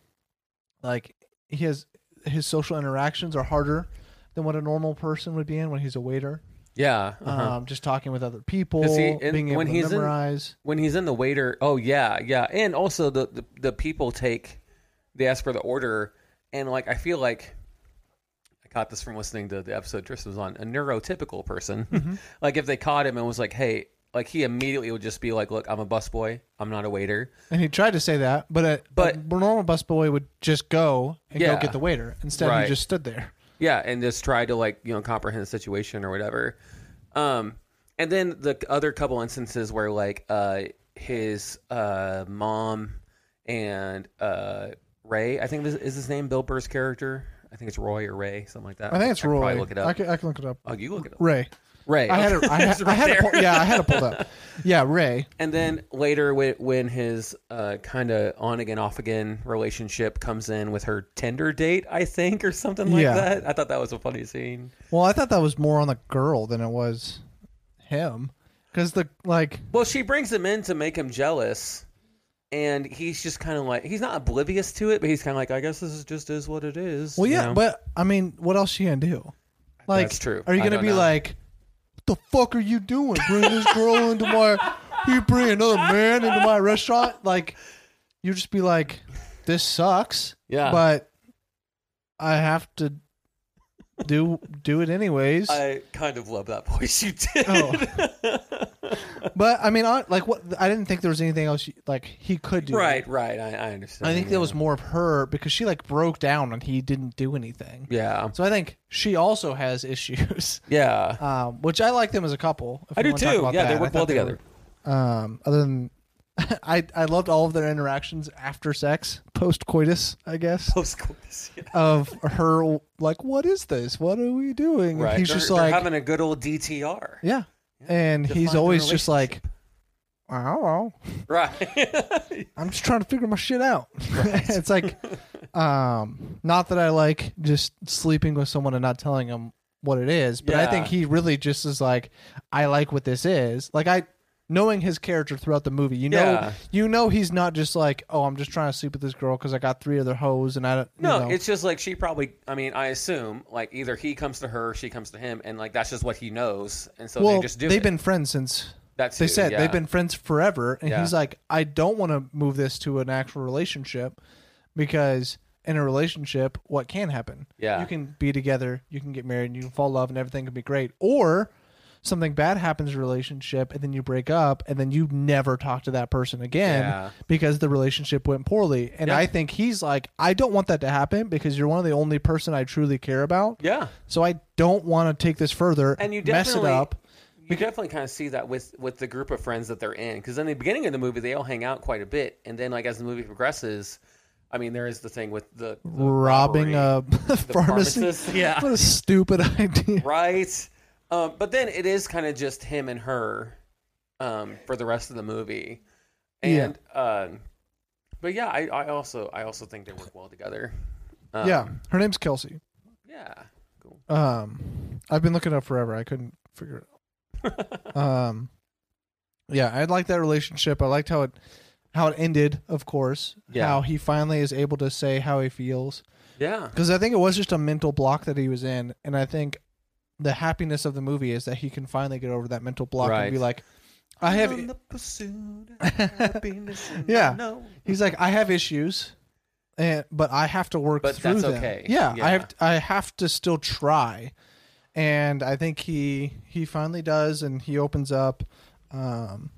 Speaker 2: like he has his social interactions are harder than what a normal person would be in when he's a waiter
Speaker 3: Yeah. uh-huh.
Speaker 2: um, just talking with other people,
Speaker 3: Does he- and
Speaker 2: being able
Speaker 3: when
Speaker 2: to
Speaker 3: he's in-
Speaker 2: memorize.
Speaker 3: when he's in the waiter oh yeah yeah and also the, the the people take they ask for the order and like i feel like i caught this from listening to the episode tristan was on a neurotypical person like if they caught him and was like hey like he immediately would just be like look i'm a busboy i'm not a waiter
Speaker 2: And he tried to say that, but a,
Speaker 3: But-
Speaker 2: a normal busboy would just go and
Speaker 3: Yeah.
Speaker 2: go get the waiter. Instead,
Speaker 3: Right.
Speaker 2: he just stood there.
Speaker 3: yeah and just try to like you know comprehend the situation or whatever um and then the other couple instances where like uh his uh mom and uh ray i think this is his name bill burr's character i think it's roy or ray something like that
Speaker 2: I think it's
Speaker 3: can
Speaker 2: Roy.
Speaker 3: probably look it up
Speaker 2: I can, I can look it up.
Speaker 3: oh you look it up
Speaker 2: Ray.
Speaker 3: ray
Speaker 2: I had it. I
Speaker 3: It's
Speaker 2: had, I
Speaker 3: right
Speaker 2: had it.
Speaker 3: there.
Speaker 2: pull- Yeah, I had it pulled up. Yeah, Ray.
Speaker 3: and then later when, when his uh, kind of on again off again relationship comes in with her tinder date i think or something like
Speaker 2: Yeah.
Speaker 3: that i thought that was a funny scene
Speaker 2: Well, I thought that was more on the girl than it was him, because the like.
Speaker 3: Well, she brings him in to make him jealous, and he's just kind of like he's not oblivious to it, but he's kind of like, I guess this is just is what it is.
Speaker 2: Well,
Speaker 3: you
Speaker 2: yeah,
Speaker 3: know?
Speaker 2: but I mean, what else she gonna do? Like,
Speaker 3: That's true.
Speaker 2: Are you
Speaker 3: I
Speaker 2: gonna
Speaker 3: don't
Speaker 2: be
Speaker 3: know.
Speaker 2: like, "What the fuck are you doing? Bring this girl into my, you bring another man into my restaurant? Like, you just be like, this sucks.
Speaker 3: Yeah.
Speaker 2: but I have to do do it anyways.
Speaker 3: I kind of love that voice you did.
Speaker 2: Oh. but I mean, I, like, what? I didn't think there was anything else you- like he could do.
Speaker 3: right, right. I, I understand.
Speaker 2: I think
Speaker 3: yeah.
Speaker 2: that was more of her because she like broke down and he didn't do anything.
Speaker 3: Yeah,
Speaker 2: So I think she also has issues.
Speaker 3: yeah.
Speaker 2: um, which I like them as a couple. if
Speaker 3: I
Speaker 2: we
Speaker 3: do
Speaker 2: wanna talk
Speaker 3: too.
Speaker 2: about
Speaker 3: Yeah,
Speaker 2: that.
Speaker 3: they
Speaker 2: I
Speaker 3: work
Speaker 2: thought
Speaker 3: well
Speaker 2: they
Speaker 3: together.
Speaker 2: were- um, other than, I I loved all of their interactions after sex, post coitus, I guess.
Speaker 3: Of course, yeah.
Speaker 2: Of her, like, what is this? What are we doing? And
Speaker 3: Right.
Speaker 2: he's
Speaker 3: they're,
Speaker 2: just
Speaker 3: they're
Speaker 2: like,
Speaker 3: having a good old DTR.
Speaker 2: yeah, and he's
Speaker 3: Define the
Speaker 2: always just like, I don't know.
Speaker 3: Right.
Speaker 2: I'm just trying to figure my shit out. it's like, um, not that I like just sleeping with someone and not telling them what it is, but I think
Speaker 3: Yeah.
Speaker 2: he really just is like, I like what this is. Like I, knowing his character throughout the movie, you know,
Speaker 3: Yeah.
Speaker 2: you know, he's not just like, oh, I'm just trying to sleep with this girl because I got three other hoes and I don't. you
Speaker 3: No,
Speaker 2: know.
Speaker 3: it's just like she probably. I mean, I assume like either he comes to her, she comes to him, and like that's just what he knows, and so
Speaker 2: well,
Speaker 3: they just do.
Speaker 2: have
Speaker 3: it.
Speaker 2: been friends since.
Speaker 3: That's
Speaker 2: They
Speaker 3: who,
Speaker 2: said
Speaker 3: yeah.
Speaker 2: they've been friends forever, and
Speaker 3: Yeah.
Speaker 2: he's like, I don't want to move this to an actual relationship because in a relationship, what can happen?
Speaker 3: Yeah.
Speaker 2: you can be together, you can get married, and you can fall in love, and everything can be great. Or something bad happens in a relationship, and then you break up, and then you never talk to that person again
Speaker 3: Yeah.
Speaker 2: because the relationship went poorly. And
Speaker 3: Yeah.
Speaker 2: I think he's like, I don't want that to happen because you're one of the only person I truly care about.
Speaker 3: Yeah,
Speaker 2: So I don't want to take this further
Speaker 3: and you
Speaker 2: mess it
Speaker 3: definitely
Speaker 2: up.
Speaker 3: You definitely kind of see that with with the group of friends that they're in, because in the beginning of the movie they all hang out quite a bit, and then like as the movie progresses, I mean there is the thing with the, the
Speaker 2: robbing
Speaker 3: robbery,
Speaker 2: a
Speaker 3: the
Speaker 2: pharmacy.
Speaker 3: yeah,
Speaker 2: What a stupid idea.
Speaker 3: right. Um, but then it is kind of just him and her um, for the rest of the movie, and um, but yeah, I, I also I also think they work well together. Um,
Speaker 2: Yeah, her name's Kelsey.
Speaker 3: yeah, cool.
Speaker 2: Um, I've been looking it up forever. I couldn't figure it out. um, yeah, I liked that relationship. I liked how it how it ended. Of course,
Speaker 3: Yeah.
Speaker 2: how he finally is able to say how he feels
Speaker 3: Yeah,
Speaker 2: because I think it was just a mental block that he was in, and I think the happiness of the movie is that he can finally get over that mental block
Speaker 3: Right.
Speaker 2: and be like, I have.
Speaker 3: On the pursuit of happiness and I
Speaker 2: Yeah.
Speaker 3: know.
Speaker 2: He's like, I have issues, and but I have to work
Speaker 3: But
Speaker 2: through
Speaker 3: that's
Speaker 2: them.
Speaker 3: okay.
Speaker 2: Yeah,
Speaker 3: Yeah.
Speaker 2: I have I have to still try, and I think he he finally does, and he opens up, um,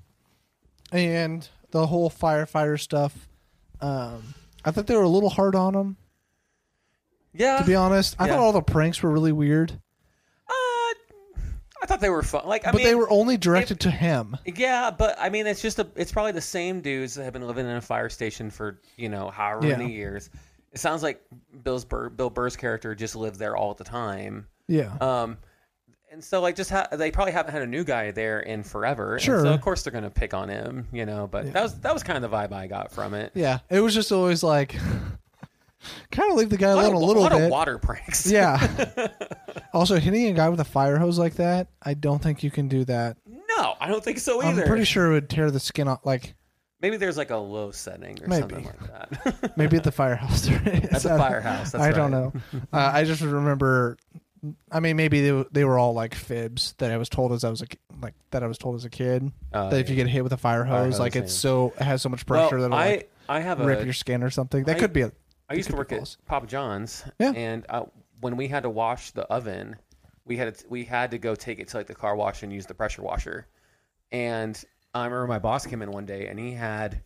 Speaker 2: and the whole firefighter stuff. Um, I thought they were a little hard on him.
Speaker 3: Yeah.
Speaker 2: To be honest, I
Speaker 3: Yeah.
Speaker 2: thought all the pranks were really weird,
Speaker 3: Uh, I thought they were fun. Like, I
Speaker 2: but
Speaker 3: mean,
Speaker 2: they were only directed to him.
Speaker 3: Yeah, but I mean, it's just a, it's probably the same dudes that have been living in a fire station for you know however
Speaker 2: Yeah.
Speaker 3: many years. It sounds like Bill's Burr, Bill Burr's character just lived there all the time.
Speaker 2: Yeah,
Speaker 3: Um, and so like just ha- they probably haven't had a new guy there in forever. And
Speaker 2: Sure.
Speaker 3: so of course they're gonna pick on him, you know. But that was that was kind of the vibe I got from it.
Speaker 2: yeah. It was just always like, kind of leave the guy
Speaker 3: lot
Speaker 2: alone
Speaker 3: of,
Speaker 2: a little
Speaker 3: lot
Speaker 2: bit.
Speaker 3: of water pranks.
Speaker 2: Yeah. also, hitting a guy with a fire hose like that, I don't think you can do that.
Speaker 3: No, I don't think so either.
Speaker 2: I'm pretty sure it would tear the skin off. Like
Speaker 3: Maybe there's like a low setting or
Speaker 2: Maybe.
Speaker 3: something like that.
Speaker 2: maybe at the firehouse. there is.
Speaker 3: At the firehouse, that's
Speaker 2: I don't know.
Speaker 3: right.
Speaker 2: Uh, I just remember. I mean, maybe they w- they were all like fibs that I was told as I was a, ki- like that I was told as a kid
Speaker 3: Oh,
Speaker 2: that if
Speaker 3: yeah.
Speaker 2: you get hit with a fire hose,
Speaker 3: hose,
Speaker 2: like it's
Speaker 3: yeah.
Speaker 2: so it has so much
Speaker 3: well,
Speaker 2: pressure that'll
Speaker 3: I
Speaker 2: like,
Speaker 3: I have a
Speaker 2: rip your skin or something. That
Speaker 3: I-
Speaker 2: could be. A,
Speaker 3: I used to
Speaker 2: could be
Speaker 3: work at
Speaker 2: false.
Speaker 3: Papa John's,
Speaker 2: Yeah.
Speaker 3: and uh when we had to wash the oven, we had to, we had to go take it to like the car wash and use the pressure washer. And I remember my boss came in one day, and he had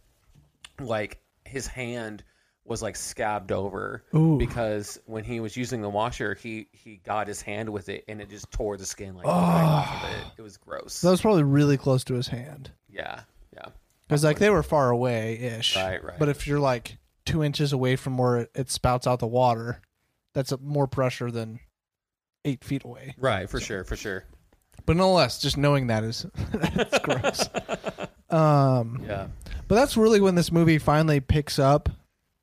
Speaker 3: like his hand was like scabbed over
Speaker 2: Ooh.
Speaker 3: because when he was using the washer, he he got his hand with it, and it just tore the skin like right off of it. It was gross.
Speaker 2: that was probably really close to his hand.
Speaker 3: yeah, yeah.
Speaker 2: Because like they were far away ish.
Speaker 3: Right, right.
Speaker 2: But if you're like two inches away from where it, it spouts out the water, that's a, more pressure than eight feet away.
Speaker 3: Right, for sure, for sure.
Speaker 2: But nonetheless, just knowing that is that's gross. Um,
Speaker 3: Yeah.
Speaker 2: but that's really when this movie finally picks up,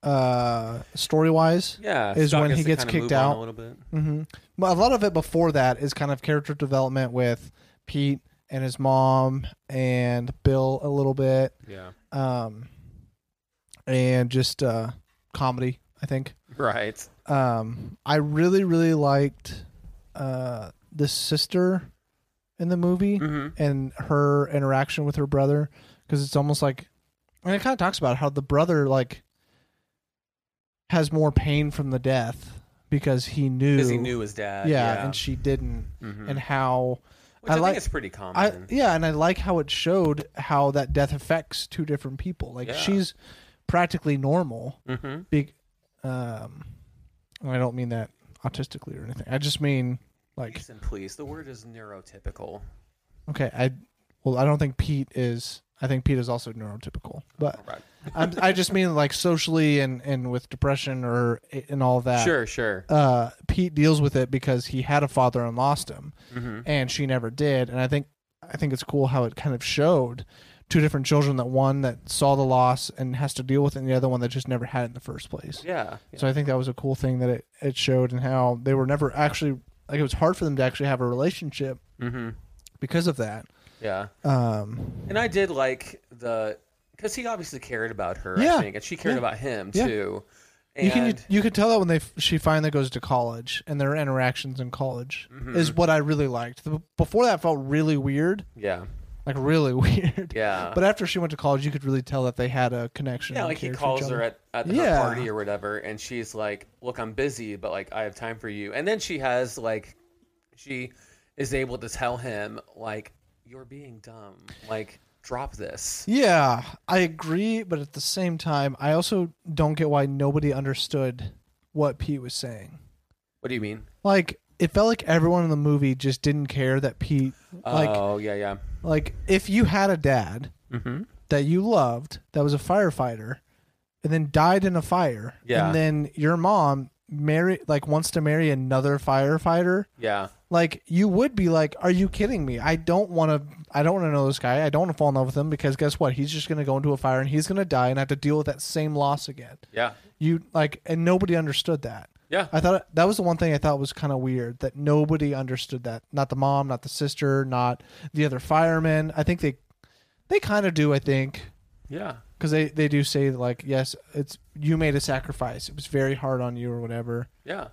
Speaker 2: uh, story wise.
Speaker 3: Yeah.
Speaker 2: Is
Speaker 3: Stock
Speaker 2: when
Speaker 3: has
Speaker 2: he
Speaker 3: to
Speaker 2: gets
Speaker 3: kinda
Speaker 2: kicked
Speaker 3: move on
Speaker 2: out.
Speaker 3: a little bit.
Speaker 2: Mm-hmm. But a lot of it before that is kind of character development with Pete and his mom and Bill a little bit.
Speaker 3: Yeah.
Speaker 2: um, and just uh, comedy. I think
Speaker 3: Right.
Speaker 2: um, I really really liked uh, the sister in the movie
Speaker 3: hmm
Speaker 2: and her interaction with her brother because it's almost like and it kind of talks about how the brother like has more pain from the death because he knew
Speaker 3: Because he knew his dad.
Speaker 2: yeah, and she didn't
Speaker 3: Mhm.
Speaker 2: and how
Speaker 3: Which I,
Speaker 2: I
Speaker 3: think
Speaker 2: like-
Speaker 3: it's pretty
Speaker 2: I
Speaker 3: common.
Speaker 2: yeah, and I like how it showed how that death affects two different people. Like
Speaker 3: Yeah.
Speaker 2: she's practically normal.
Speaker 3: hmm
Speaker 2: Big, um, and I don't mean that autistically or anything. I just mean like
Speaker 3: Please and please, the word is neurotypical.
Speaker 2: okay, I well, I don't think Pete is. I think Pete is also neurotypical, but
Speaker 3: Right.
Speaker 2: I'm, I just mean like socially and and with depression or and all that.
Speaker 3: Sure, sure.
Speaker 2: Uh, Pete deals with it because he had a father and lost him.
Speaker 3: hmm
Speaker 2: and she never did and i think i think it's cool how it kind of showed two different children that one that saw the loss and has to deal with it and the other one that just never had it in the first place
Speaker 3: Yeah. yeah.
Speaker 2: so i think that was a cool thing that it, it showed and how they were never actually like it was hard for them to actually have a relationship
Speaker 3: hmm
Speaker 2: because of that
Speaker 3: Yeah.
Speaker 2: um
Speaker 3: And I did like the because he obviously cared about her. I
Speaker 2: Yeah.
Speaker 3: think, and she cared
Speaker 2: Yeah.
Speaker 3: about him
Speaker 2: Yeah.
Speaker 3: too. And
Speaker 2: you can you, could tell that when they f- she finally goes to college and their interactions in college
Speaker 3: Mm-hmm.
Speaker 2: is what i really liked the, before that felt really weird
Speaker 3: yeah,
Speaker 2: like really weird
Speaker 3: yeah.
Speaker 2: But after she went to college, you could really tell that they had a connection.
Speaker 3: yeah,
Speaker 2: and
Speaker 3: like he
Speaker 2: cared for
Speaker 3: calls
Speaker 2: each
Speaker 3: her
Speaker 2: other.
Speaker 3: at, at her
Speaker 2: Yeah.
Speaker 3: party or whatever, and she's like, "Look, I'm busy, but like I have time for you." And then she has like, she is able to tell him like, "You're being dumb. Like, drop this."
Speaker 2: Yeah, I agree, but at the same time, I also don't get why nobody understood what Pete was saying.
Speaker 3: What do you mean?
Speaker 2: Like it felt like everyone in the movie just didn't care that Pete like
Speaker 3: oh yeah, yeah.
Speaker 2: like if you had a dad
Speaker 3: Mm-hmm.
Speaker 2: that you loved that was a firefighter and then died in a fire
Speaker 3: Yeah.
Speaker 2: and then your mom marry like wants to marry another firefighter
Speaker 3: Yeah,
Speaker 2: like you would be like are you kidding me i don't want to i don't want to know this guy i don't want to fall in love with him because guess what he's just going to go into a fire and he's going to die and i have to deal with that same loss again
Speaker 3: yeah,
Speaker 2: you like and nobody understood that
Speaker 3: yeah.
Speaker 2: i thought that was the one thing i thought was kind of weird that nobody understood that not the mom not the sister not the other firemen i think they they kind of do i think
Speaker 3: yeah.
Speaker 2: because they they do say like yes it's you made a sacrifice it was very hard on you or whatever
Speaker 3: Yeah.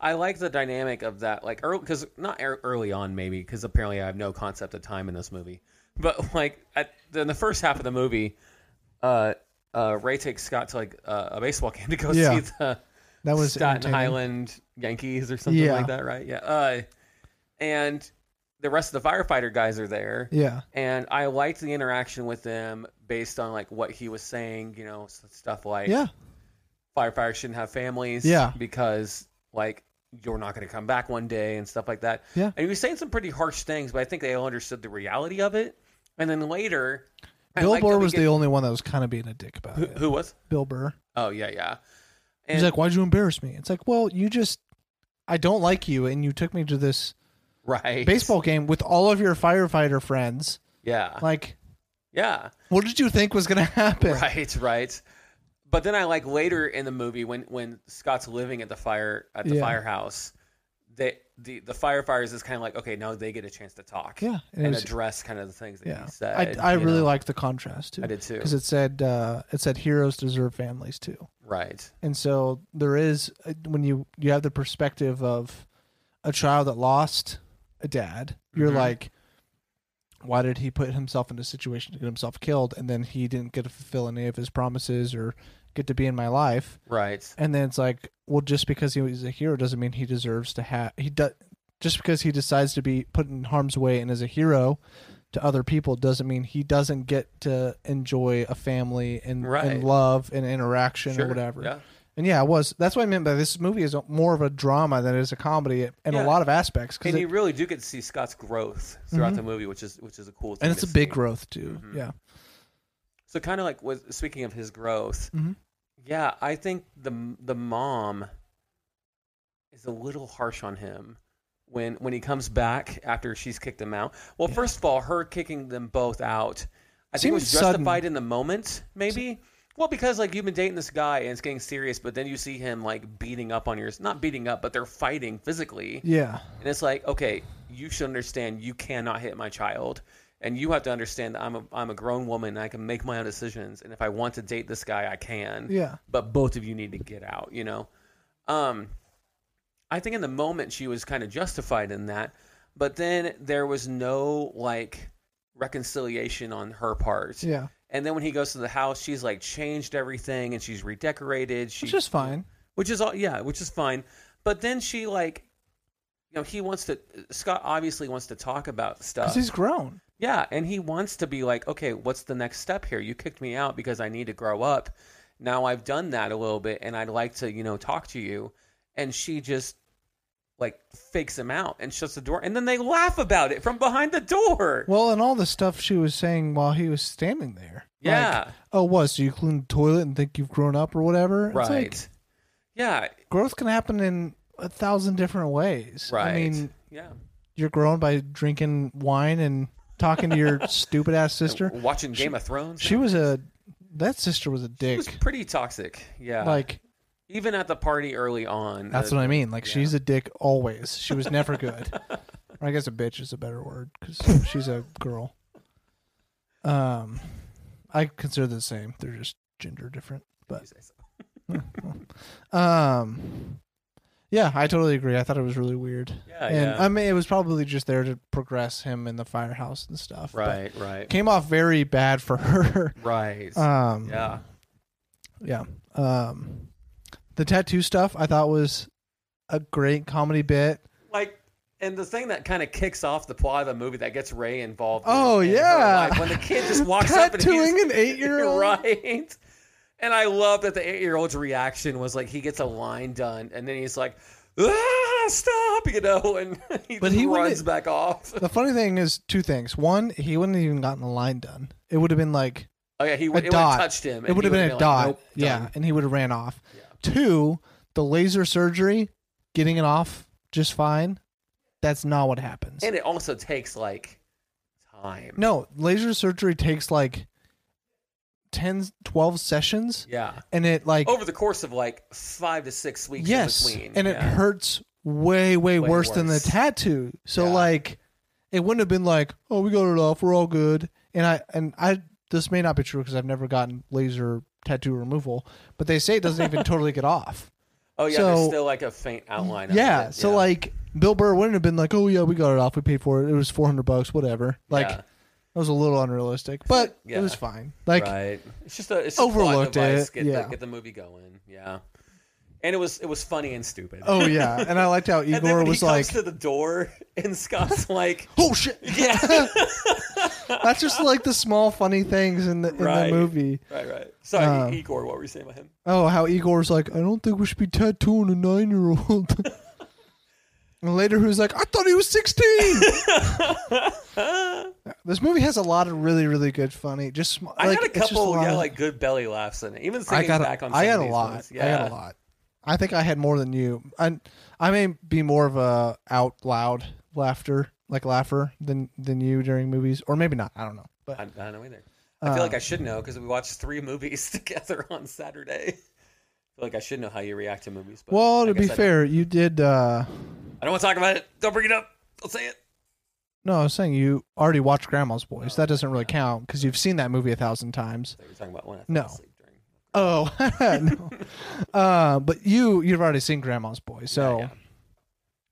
Speaker 3: I like the dynamic of that, like early because not ear- early on maybe because apparently I have no concept of time in this movie, but like at, in the first half of the movie, uh, uh, Ray takes Scott to like uh, a baseball game to go
Speaker 2: Yeah.
Speaker 3: see the
Speaker 2: That was
Speaker 3: Staten
Speaker 2: entertaining.
Speaker 3: Island Yankees or something
Speaker 2: Yeah.
Speaker 3: like that, right? Yeah, uh, and the rest of the firefighter guys are there
Speaker 2: Yeah,
Speaker 3: and I liked the interaction with them based on like what he was saying, you know, s- stuff like
Speaker 2: yeah,
Speaker 3: firefighters shouldn't have families,
Speaker 2: Yeah.
Speaker 3: because like you're not going to come back one day and stuff like that.
Speaker 2: Yeah.
Speaker 3: and he was saying some pretty harsh things, but I think they all understood the reality of it. And then later, I
Speaker 2: Bill
Speaker 3: liked that
Speaker 2: Burr
Speaker 3: we
Speaker 2: was
Speaker 3: get-
Speaker 2: the only one that was kind of being a dick about it.
Speaker 3: who, who was?
Speaker 2: Bill Burr.
Speaker 3: Oh yeah, yeah. And,
Speaker 2: He's like, "Why'd you embarrass me?" It's like, "Well, you just, I don't like you, and you took me to this
Speaker 3: right,
Speaker 2: baseball game with all of your firefighter friends.
Speaker 3: Yeah,
Speaker 2: Like,
Speaker 3: yeah.
Speaker 2: what did you think was gonna happen?"
Speaker 3: Right, right. But then I like later in the movie when when Scott's living at the fire at the
Speaker 2: Yeah.
Speaker 3: firehouse, they the the firefighters is kind of like okay now they get a chance to talk
Speaker 2: Yeah, and it
Speaker 3: and
Speaker 2: was-
Speaker 3: address kind of the things that
Speaker 2: Yeah,
Speaker 3: he said.
Speaker 2: I, I
Speaker 3: you
Speaker 2: really
Speaker 3: know?
Speaker 2: liked the contrast too.
Speaker 3: I did too.
Speaker 2: because it said uh, it said heroes deserve families too,
Speaker 3: Right,
Speaker 2: and so there is uh, when you you have the perspective of a child that lost a dad, you're
Speaker 3: Mhm.
Speaker 2: like, why did he put himself in a situation to get himself killed, and then he didn't get to fulfill any of his promises or get to be in my life,
Speaker 3: right,
Speaker 2: and then it's like, well, just because he was a hero doesn't mean he deserves to have he does. Just because he decides to be put in harm's way and is a hero to other people doesn't mean he doesn't get to enjoy a family and,
Speaker 3: Right.
Speaker 2: and love and interaction
Speaker 3: sure,
Speaker 2: or whatever.
Speaker 3: Yeah,
Speaker 2: And yeah, it was. That's what I meant by this movie is more of a drama than it is a comedy in
Speaker 3: Yeah.
Speaker 2: a lot of aspects. 'cause
Speaker 3: and
Speaker 2: it- Mm-hmm.
Speaker 3: you really do get to see Scott's growth throughout the movie, which is which is a cool. thing
Speaker 2: and it's a
Speaker 3: to
Speaker 2: big
Speaker 3: see.
Speaker 2: growth too.
Speaker 3: Mhm.
Speaker 2: Yeah.
Speaker 3: So kind of like was speaking of his growth.
Speaker 2: Mhm.
Speaker 3: Yeah, I think the the mom is a little harsh on him when when he comes back after she's kicked him out. Well,
Speaker 2: Yeah.
Speaker 3: first of all, her kicking them both out, I think it was
Speaker 2: Seems sudden.
Speaker 3: justified in the moment, maybe. Well, because like you've been dating this guy and it's getting serious, but then you see him like beating up on yours, not beating up, but they're fighting physically.
Speaker 2: Yeah.
Speaker 3: And it's like, okay, you should understand you cannot hit my child. And you have to understand that I'm a, I'm a grown woman and I can make my own decisions. And if I want to date this guy, I can.
Speaker 2: Yeah.
Speaker 3: But both of you need to get out, you know? Um, I think in the moment she was kind of justified in that. But then there was no like reconciliation on her part.
Speaker 2: Yeah.
Speaker 3: And then when he goes to the house, she's like changed everything and she's redecorated. She,
Speaker 2: Which is fine.
Speaker 3: which is all yeah which is fine but then she like you know he wants to scott obviously wants to talk about
Speaker 2: Because
Speaker 3: stuff
Speaker 2: he's grown.
Speaker 3: yeah and he wants to be like okay what's the next step here you kicked me out because i need to grow up now i've done that a little bit and i'd like to you know talk to you and she just like fakes him out and shuts the door and then they laugh about it from behind the door
Speaker 2: Well, and all the stuff she was saying while he was standing there. Like,
Speaker 3: yeah
Speaker 2: oh, what? So you clean the toilet and think you've grown up or whatever? It's
Speaker 3: right
Speaker 2: like,
Speaker 3: yeah
Speaker 2: growth can happen in a thousand different ways.
Speaker 3: right
Speaker 2: I mean,
Speaker 3: yeah
Speaker 2: you're grown by drinking wine and talking to your stupid ass sister.
Speaker 3: watching game of thrones
Speaker 2: She was a that sister was a
Speaker 3: She
Speaker 2: dick.
Speaker 3: was pretty toxic yeah
Speaker 2: like
Speaker 3: even at the party early on.
Speaker 2: that's
Speaker 3: uh,
Speaker 2: what I mean. Like
Speaker 3: yeah.
Speaker 2: she's a dick always. She was never good. Or I guess a bitch is a better word because she's a girl. Um, I consider the same. They're just gender different, but Um, yeah, I totally agree. I thought it was really weird.
Speaker 3: Yeah,
Speaker 2: and
Speaker 3: Uh, yeah.
Speaker 2: I mean, it was probably just there to progress him in the firehouse and stuff. but
Speaker 3: right, right,
Speaker 2: Came off very bad for her.
Speaker 3: right.
Speaker 2: Um,
Speaker 3: yeah,
Speaker 2: yeah. Um, the tattoo stuff I thought was a great comedy bit.
Speaker 3: like, and the thing that kind of kicks off the plot of the movie that gets Ray involved. in-
Speaker 2: Oh,
Speaker 3: in her
Speaker 2: yeah.
Speaker 3: life, when the kid just walks up and
Speaker 2: Tattooing
Speaker 3: he's
Speaker 2: an eight-year-old.
Speaker 3: right? And I love that the eight-year-old's reaction was like he gets a line done, and then he's like, "Ah, stop!" You know, and he
Speaker 2: But
Speaker 3: just
Speaker 2: he wouldn't-
Speaker 3: runs back off.
Speaker 2: The funny thing is two things. One, he wouldn't have even gotten the line done. It would have been like
Speaker 3: Oh yeah, he
Speaker 2: a
Speaker 3: would have
Speaker 2: dot.
Speaker 3: touched him.
Speaker 2: It would have been a dot. yeah, and he would have ran off.
Speaker 3: Yeah.
Speaker 2: Two, the laser surgery, getting it off just fine. That's not what happens.
Speaker 3: and it also takes like time.
Speaker 2: no, laser surgery takes like 10, 12 sessions,
Speaker 3: Yeah.
Speaker 2: and it like
Speaker 3: over the course of like five to six weeks
Speaker 2: yes,
Speaker 3: in between.
Speaker 2: and it
Speaker 3: yeah.
Speaker 2: hurts way, way,
Speaker 3: Way
Speaker 2: worse, than the
Speaker 3: worse.
Speaker 2: tattoo. So
Speaker 3: Yeah.
Speaker 2: like, it wouldn't have been like, oh, we got it off, we're all good. And I and I this may not be true because I've never gotten laser tattoo removal, but they say it doesn't even totally get off.
Speaker 3: Oh yeah,
Speaker 2: So-
Speaker 3: there's still like a faint outline. Of
Speaker 2: yeah.
Speaker 3: it.
Speaker 2: So like Bill Burr wouldn't have been like, oh yeah, we got it off. We paid for it. It was four hundred bucks, whatever. Like
Speaker 3: Yeah.
Speaker 2: that was a little unrealistic, but
Speaker 3: Yeah.
Speaker 2: it was fine. Like
Speaker 3: right. It's just a it's just a plot
Speaker 2: Overlooked
Speaker 3: device.
Speaker 2: it,
Speaker 3: Get
Speaker 2: yeah.
Speaker 3: the, get the movie going. Yeah. And it was it was funny and stupid.
Speaker 2: oh yeah, and I liked how
Speaker 3: and then
Speaker 2: Igor
Speaker 3: when
Speaker 2: was
Speaker 3: he
Speaker 2: like,
Speaker 3: comes to the door and Scott's like,
Speaker 2: oh shit.
Speaker 3: yeah,
Speaker 2: That's just like the small funny things in the in
Speaker 3: Right.
Speaker 2: the movie.
Speaker 3: right, right. Sorry, E-,
Speaker 2: Um,
Speaker 3: Igor. What were you saying about him?
Speaker 2: Oh, how Igor's like, I don't think we should be tattooing a nine year old. and later, who's like, I thought he was sixteen. this movie has a lot of really, really good funny. Just sm-
Speaker 3: I
Speaker 2: like,
Speaker 3: got a
Speaker 2: it's just
Speaker 3: couple,
Speaker 2: lot
Speaker 3: yeah,
Speaker 2: of-
Speaker 3: like good belly laughs in it. Even
Speaker 2: I
Speaker 3: thinking
Speaker 2: got,
Speaker 3: back
Speaker 2: a,
Speaker 3: on,
Speaker 2: I
Speaker 3: some
Speaker 2: got
Speaker 3: of
Speaker 2: a
Speaker 3: these
Speaker 2: lot.
Speaker 3: ones.
Speaker 2: I
Speaker 3: Yeah.
Speaker 2: got a lot. I think I had more than you. I I may be more of a out loud laughter like laugher than than you during movies, or maybe not. I don't know. But
Speaker 3: I, I don't know either. I feel like I should know because we watched three movies together on Saturday. I feel like I should know how you react to movies. But
Speaker 2: well,
Speaker 3: I
Speaker 2: to be
Speaker 3: guess I don't.
Speaker 2: fair, you did. uh
Speaker 3: I don't want to talk about it. Don't bring it up. I'll say it.
Speaker 2: No, I was saying you already watched Grandma's Boys.
Speaker 3: Oh,
Speaker 2: that doesn't really count because you've seen that movie a thousand times.
Speaker 3: So you're talking about when I fell
Speaker 2: No.
Speaker 3: asleep during.
Speaker 2: Oh, no. uh, but you you've already seen Grandma's Boys, so
Speaker 3: yeah.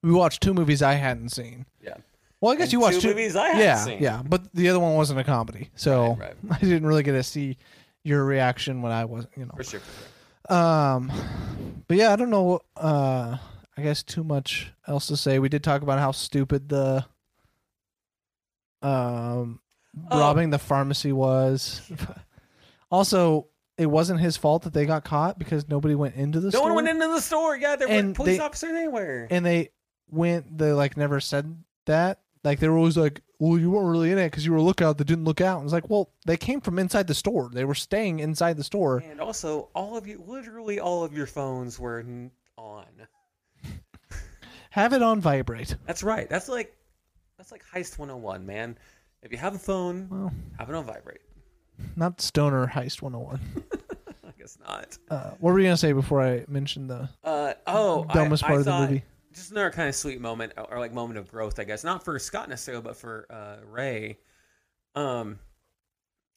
Speaker 2: we watched two movies I hadn't seen.
Speaker 3: Yeah.
Speaker 2: Well, I guess
Speaker 3: And
Speaker 2: you watched
Speaker 3: two
Speaker 2: two
Speaker 3: movies I hadn't
Speaker 2: yeah,
Speaker 3: seen.
Speaker 2: Yeah, but the other one wasn't a comedy, so
Speaker 3: Right,
Speaker 2: I didn't really get to see your reaction when I was, you know.
Speaker 3: For sure. For sure.
Speaker 2: Um, but yeah, I don't know. Uh, I guess too much else to say. We did talk about how stupid the um
Speaker 3: Oh.
Speaker 2: robbing the pharmacy was. also, it wasn't his fault that they got caught because nobody went into the
Speaker 3: No
Speaker 2: store.
Speaker 3: one went into the store. Yeah, there weren't
Speaker 2: And
Speaker 3: police
Speaker 2: they-
Speaker 3: officers anywhere.
Speaker 2: and they went. They like never said that. Like they were always like, "Well, you weren't really in it because you were a lookout that didn't look out." And it's like, well, they came from inside the store. They were staying inside the store.
Speaker 3: And also, all of you, literally all of your phones were n- on.
Speaker 2: Have it on vibrate.
Speaker 3: That's right. That's like, that's like heist 101, man. If you have a phone,
Speaker 2: Well,
Speaker 3: have it on vibrate.
Speaker 2: not stoner heist 101.
Speaker 3: I guess not.
Speaker 2: Uh, what were you gonna say before I mentioned the?
Speaker 3: Uh, oh, I-
Speaker 2: Dumbest
Speaker 3: I
Speaker 2: part of the
Speaker 3: thought-
Speaker 2: movie.
Speaker 3: Just another kind of sweet moment, or like moment of growth, I guess. Not for Scott necessarily, but for uh, Ray. Um,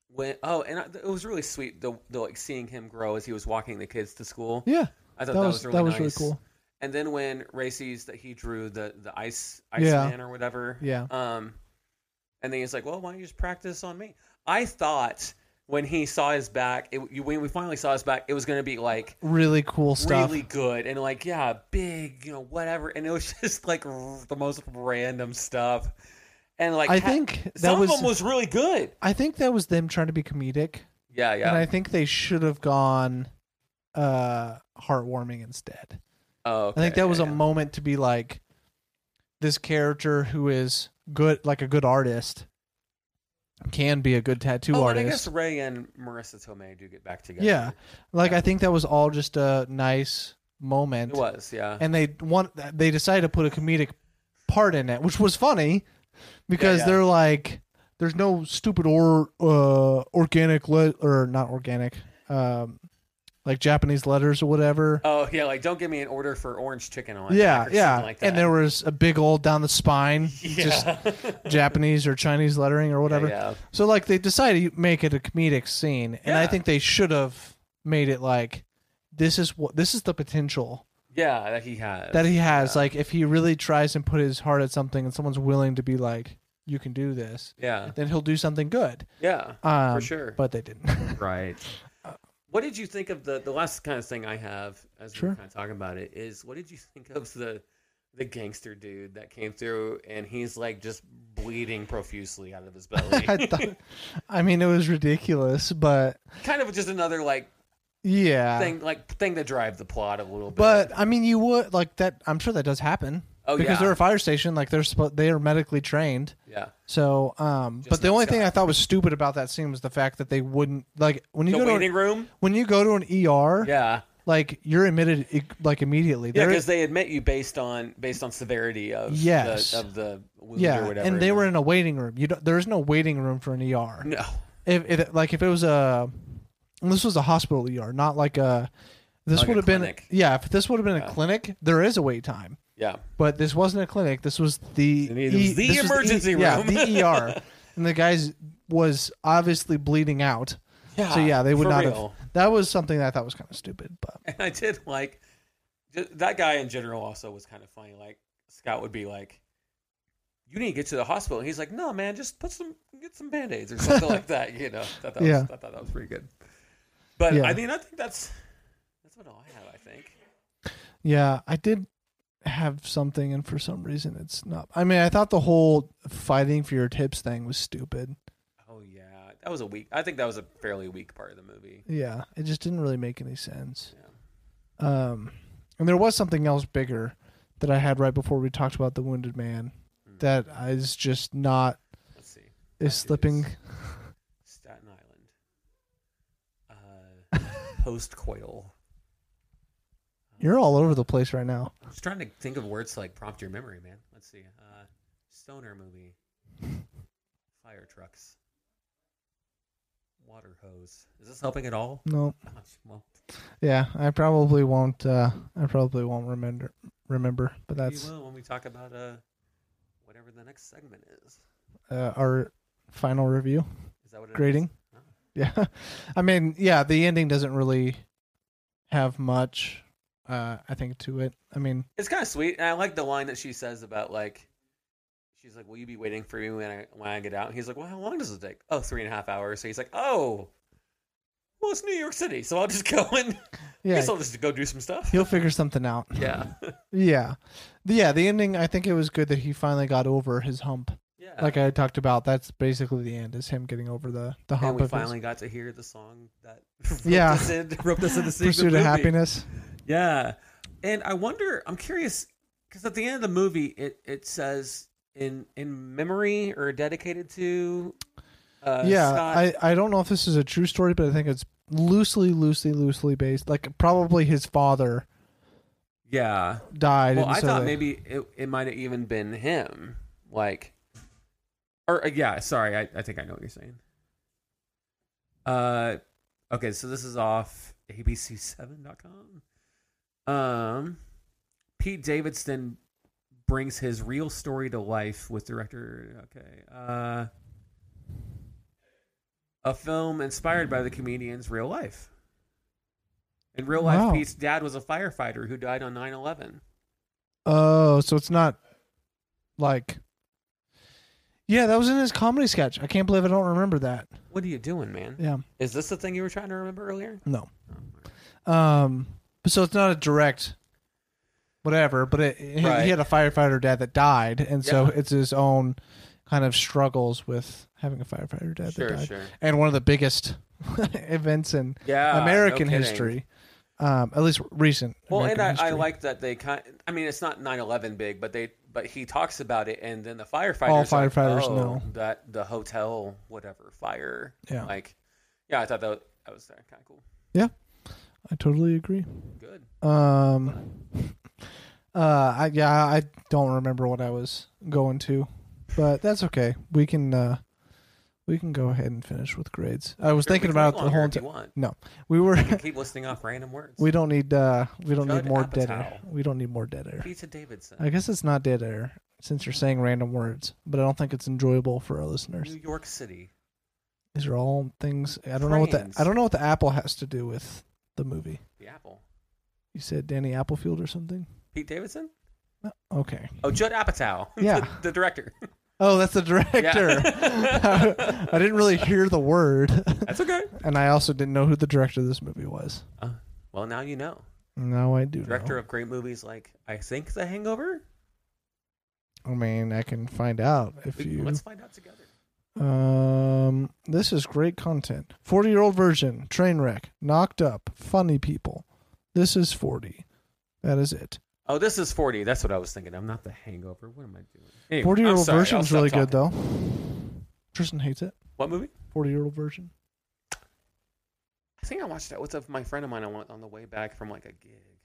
Speaker 3: when oh, and I, it was really sweet. The, the like seeing him grow as he was walking the kids to school.
Speaker 2: Yeah,
Speaker 3: I
Speaker 2: that,
Speaker 3: thought that,
Speaker 2: was,
Speaker 3: was, really
Speaker 2: that was
Speaker 3: nice.
Speaker 2: really cool.
Speaker 3: And then when Ray sees that he drew the the ice ice
Speaker 2: Yeah.
Speaker 3: man or whatever.
Speaker 2: Yeah.
Speaker 3: Um, and then he's like, "Well, why don't you just practice on me?" I thought when he saw his back, it, when we finally saw his back, it was going to be like
Speaker 2: Really cool stuff.
Speaker 3: really good and like yeah big you know whatever and it was just like r- the most random stuff and like
Speaker 2: I
Speaker 3: ha-
Speaker 2: think that
Speaker 3: some
Speaker 2: was.
Speaker 3: of them was really good
Speaker 2: I think that was them trying to be comedic,
Speaker 3: yeah
Speaker 2: and
Speaker 3: yeah
Speaker 2: I think they should have gone uh heartwarming instead.
Speaker 3: oh
Speaker 2: I think
Speaker 3: okay,
Speaker 2: that was
Speaker 3: yeah,
Speaker 2: a
Speaker 3: yeah.
Speaker 2: moment to be like this character who is good, like a good artist, can be a good tattoo
Speaker 3: oh, and
Speaker 2: artist.
Speaker 3: I guess Ray and Marissa Tomei do get back together
Speaker 2: yeah, like
Speaker 3: Yeah.
Speaker 2: I think that was all just a nice moment.
Speaker 3: it was yeah
Speaker 2: and they want they decided to put a comedic part in it, which was funny because
Speaker 3: yeah.
Speaker 2: they're like, "There's no stupid or uh, organic le- or not organic, um, like Japanese letters or whatever."
Speaker 3: oh yeah like don't give me an order for orange chicken on
Speaker 2: yeah,
Speaker 3: or something
Speaker 2: yeah,
Speaker 3: like that.
Speaker 2: and there was a big old down the spine,
Speaker 3: yeah.
Speaker 2: just
Speaker 3: Yeah,
Speaker 2: Japanese or Chinese lettering or whatever.
Speaker 3: yeah.
Speaker 2: So like they decided to make it a comedic scene, and I
Speaker 3: Yeah.
Speaker 2: think they should have made it like, "This is what this is the potential."
Speaker 3: Yeah, that he has
Speaker 2: that he has.
Speaker 3: yeah.
Speaker 2: Like if he really tries and put his heart at something, and someone's willing to be like, "You can do this,"
Speaker 3: yeah
Speaker 2: then he'll do something good.
Speaker 3: yeah
Speaker 2: Um,
Speaker 3: for sure
Speaker 2: But they didn't.
Speaker 3: Right. What did you think of the the last kind of thing I have as
Speaker 2: Sure.
Speaker 3: we're kind of talking about it is what did you think of the the gangster dude that came through and he's like just bleeding profusely out of his belly.
Speaker 2: I thought. I mean, it was ridiculous, but
Speaker 3: kind of just another like
Speaker 2: yeah.
Speaker 3: thing like thing to drive the plot a little bit.
Speaker 2: But I mean, you would like that. I'm sure that does happen
Speaker 3: oh
Speaker 2: because
Speaker 3: yeah.
Speaker 2: they're a fire station. Like they're supposed, they are medically trained.
Speaker 3: yeah.
Speaker 2: So, um,
Speaker 3: Just
Speaker 2: but the
Speaker 3: not
Speaker 2: only thing
Speaker 3: Scott.
Speaker 2: I thought was stupid about that scene was the fact that they wouldn't like when you
Speaker 3: The
Speaker 2: go to
Speaker 3: waiting room?
Speaker 2: when you go to an ER,
Speaker 3: Yeah.
Speaker 2: like you're admitted i- like immediately.
Speaker 3: Yeah,
Speaker 2: There-
Speaker 3: because they admit you based on based on severity of
Speaker 2: Yes.
Speaker 3: the, of the wound
Speaker 2: yeah,
Speaker 3: or whatever.
Speaker 2: and they were in a waiting room. You don't, there is no waiting room for an ER.
Speaker 3: no.
Speaker 2: If, if like if it was a, and this was a hospital ER, not like a. This
Speaker 3: Like a
Speaker 2: would have been
Speaker 3: clinic.
Speaker 2: yeah. If this would have been
Speaker 3: Yeah.
Speaker 2: a clinic, there is a wait time,
Speaker 3: Yeah.
Speaker 2: but this wasn't a clinic. This was the E
Speaker 3: It was the
Speaker 2: this
Speaker 3: emergency room.
Speaker 2: Yeah, the ER, and the guy's was obviously bleeding out.
Speaker 3: Yeah.
Speaker 2: so yeah, they would
Speaker 3: for
Speaker 2: not
Speaker 3: real.
Speaker 2: have. That was something that I thought was kind of stupid, but
Speaker 3: And I did like ju- that guy in general also was kind of funny. Like Scott would be like, "You need to get to the hospital," and he's like, "No, man, just put some get some band aids or something like that." You know, thought that
Speaker 2: Yeah.
Speaker 3: was, I thought that was pretty good. But
Speaker 2: Yeah.
Speaker 3: I mean, I think that's that's what all I have. I think.
Speaker 2: Yeah, I did have something, and for some reason, it's not. I mean, I thought the whole fighting for your tips thing was stupid.
Speaker 3: Oh yeah, that was a weak. I think that was a fairly weak part of the movie.
Speaker 2: Yeah, it just didn't really make any sense.
Speaker 3: Yeah.
Speaker 2: Um, and there was something else bigger that I had right before we talked about the wounded man
Speaker 3: Hmm.
Speaker 2: that is just not
Speaker 3: Let's see.
Speaker 2: is slipping.
Speaker 3: Staten Island. Uh, Post coital.
Speaker 2: You're all over the place right now.
Speaker 3: I'm just trying to think of words to like prompt your memory, man. Let's see. Uh, stoner movie. Fire trucks. Water hose. Is this helping at all?
Speaker 2: No,
Speaker 3: Gosh, well,
Speaker 2: yeah, I probably won't. Uh, I probably won't remember. Remember, but
Speaker 3: we
Speaker 2: that's
Speaker 3: will when we talk about uh, whatever the next segment is.
Speaker 2: uh, our final review.
Speaker 3: Is that what it is?
Speaker 2: grading.
Speaker 3: Oh.
Speaker 2: Yeah. I mean, yeah, the ending doesn't really have much uh I think to it. I mean,
Speaker 3: It's kind of sweet, and I like the line that she says about like, she's like, "Will you be waiting for me when I when I get out?" And he's like, "Well, how long does it take?" Oh, three and a half hours. So he's like, "Oh, well, it's New York City, so I'll just go and I
Speaker 2: yeah,
Speaker 3: guess I'll just go do some stuff."
Speaker 2: he'll figure something out.
Speaker 3: Yeah,
Speaker 2: Yeah. The- Yeah, the ending I think it was good that he finally got over his hump.
Speaker 3: yeah.
Speaker 2: Like I talked about, that's basically the end is him getting over the the
Speaker 3: and
Speaker 2: hump
Speaker 3: we
Speaker 2: of his
Speaker 3: finally got to hear the song that roped
Speaker 2: Yeah.
Speaker 3: us in, roped us into seeing the
Speaker 2: pursuit of
Speaker 3: movie.
Speaker 2: happiness.
Speaker 3: Yeah, and I wonder. I'm curious because at the end of the movie, it it says in in memory or dedicated to. Uh,
Speaker 2: yeah,
Speaker 3: Scott.
Speaker 2: I I don't know if this is a true story, but I think it's loosely loosely loosely based. Like probably his father
Speaker 3: yeah.
Speaker 2: died
Speaker 3: Well,
Speaker 2: and
Speaker 3: I
Speaker 2: so
Speaker 3: thought
Speaker 2: they-
Speaker 3: maybe it, it might have even been him. Like, or uh, yeah, sorry, I, I think I know what you're saying. Uh, okay, so this is off abc7.com. Um, Pete Davidson brings his real story to life with director. Okay, uh, a film inspired by the comedian's real life. In real life,
Speaker 2: Wow.
Speaker 3: Pete's dad was a firefighter who died on 9 11.
Speaker 2: Oh, so it's not like Yeah, that was in his comedy sketch. I can't believe I don't remember that.
Speaker 3: What are you doing, man?
Speaker 2: Yeah.
Speaker 3: Is this the thing you were trying to remember earlier?
Speaker 2: No.
Speaker 3: Oh, alright.
Speaker 2: Um so it's not a direct whatever, but it, he-
Speaker 3: Right.
Speaker 2: he had a firefighter dad that died and so
Speaker 3: Yeah.
Speaker 2: it's his own kind of struggles with having a firefighter dad that
Speaker 3: Sure,
Speaker 2: died.
Speaker 3: sure.
Speaker 2: And one of the biggest events in
Speaker 3: Yeah, Uh, no
Speaker 2: American
Speaker 3: kidding.
Speaker 2: history. Um at least recent.
Speaker 3: Well,
Speaker 2: American
Speaker 3: and I, I
Speaker 2: history.
Speaker 3: like that they kind. I mean, it's not 9/11 big, but they but he talks about it, and then the firefighters.
Speaker 2: All
Speaker 3: are like,
Speaker 2: firefighters
Speaker 3: "Oh,
Speaker 2: know."
Speaker 3: that the hotel whatever fire.
Speaker 2: Yeah.
Speaker 3: Like, yeah, I thought that was, that was kind of cool.
Speaker 2: I totally agree.
Speaker 3: Good.
Speaker 2: Um, uh, I, yeah, I don't remember what I was going to, but that's okay. We can, uh, we can go ahead and finish with grades. I was
Speaker 3: Sure, we
Speaker 2: thinking
Speaker 3: can
Speaker 2: about
Speaker 3: go
Speaker 2: the
Speaker 3: longer
Speaker 2: whole
Speaker 3: if you
Speaker 2: time.
Speaker 3: want.
Speaker 2: We were,
Speaker 3: You can keep listing off random words.
Speaker 2: we don't need, uh, we don't
Speaker 3: Judd
Speaker 2: need more dead air.
Speaker 3: Apatow.
Speaker 2: We don't need more dead air.
Speaker 3: Pizza Davidson,
Speaker 2: I guess it's not dead air since you're saying random words, but I don't think it's enjoyable for our
Speaker 3: New
Speaker 2: listeners.
Speaker 3: York City.
Speaker 2: These are all things. I don't know what the
Speaker 3: Trains.
Speaker 2: I don't know what the apple has to do with the movie.
Speaker 3: The Apple.
Speaker 2: You said Danny Applefield or something.
Speaker 3: Pete Davidson.
Speaker 2: No? Okay.
Speaker 3: Oh, Judd Apatow.
Speaker 2: Yeah.
Speaker 3: the, the director.
Speaker 2: Oh, that's the director.
Speaker 3: Yeah.
Speaker 2: I didn't really hear the word,
Speaker 3: That's okay.
Speaker 2: and I also didn't know who the director of this movie was.
Speaker 3: Well, now you know.
Speaker 2: No, I do.
Speaker 3: Director
Speaker 2: know.
Speaker 3: of great movies like I think The Hangover.
Speaker 2: I mean, I can find out if you.
Speaker 3: Let's find out together.
Speaker 2: Um, this is great content. Forty-year-old version, train wreck, knocked up, funny people. This is forty. That is it.
Speaker 3: Oh, this is 40. That's what I was thinking. I'm not The Hangover. What am I doing? Anyway, I'm
Speaker 2: Forty-year-old
Speaker 3: sorry.
Speaker 2: version
Speaker 3: I'll
Speaker 2: is
Speaker 3: stop
Speaker 2: really
Speaker 3: talking.
Speaker 2: good though. Tristan hates it.
Speaker 3: What movie?
Speaker 2: Forty-year-old version.
Speaker 3: I think I watched that with a- my friend of mine on, on the way back from like a gig. I'm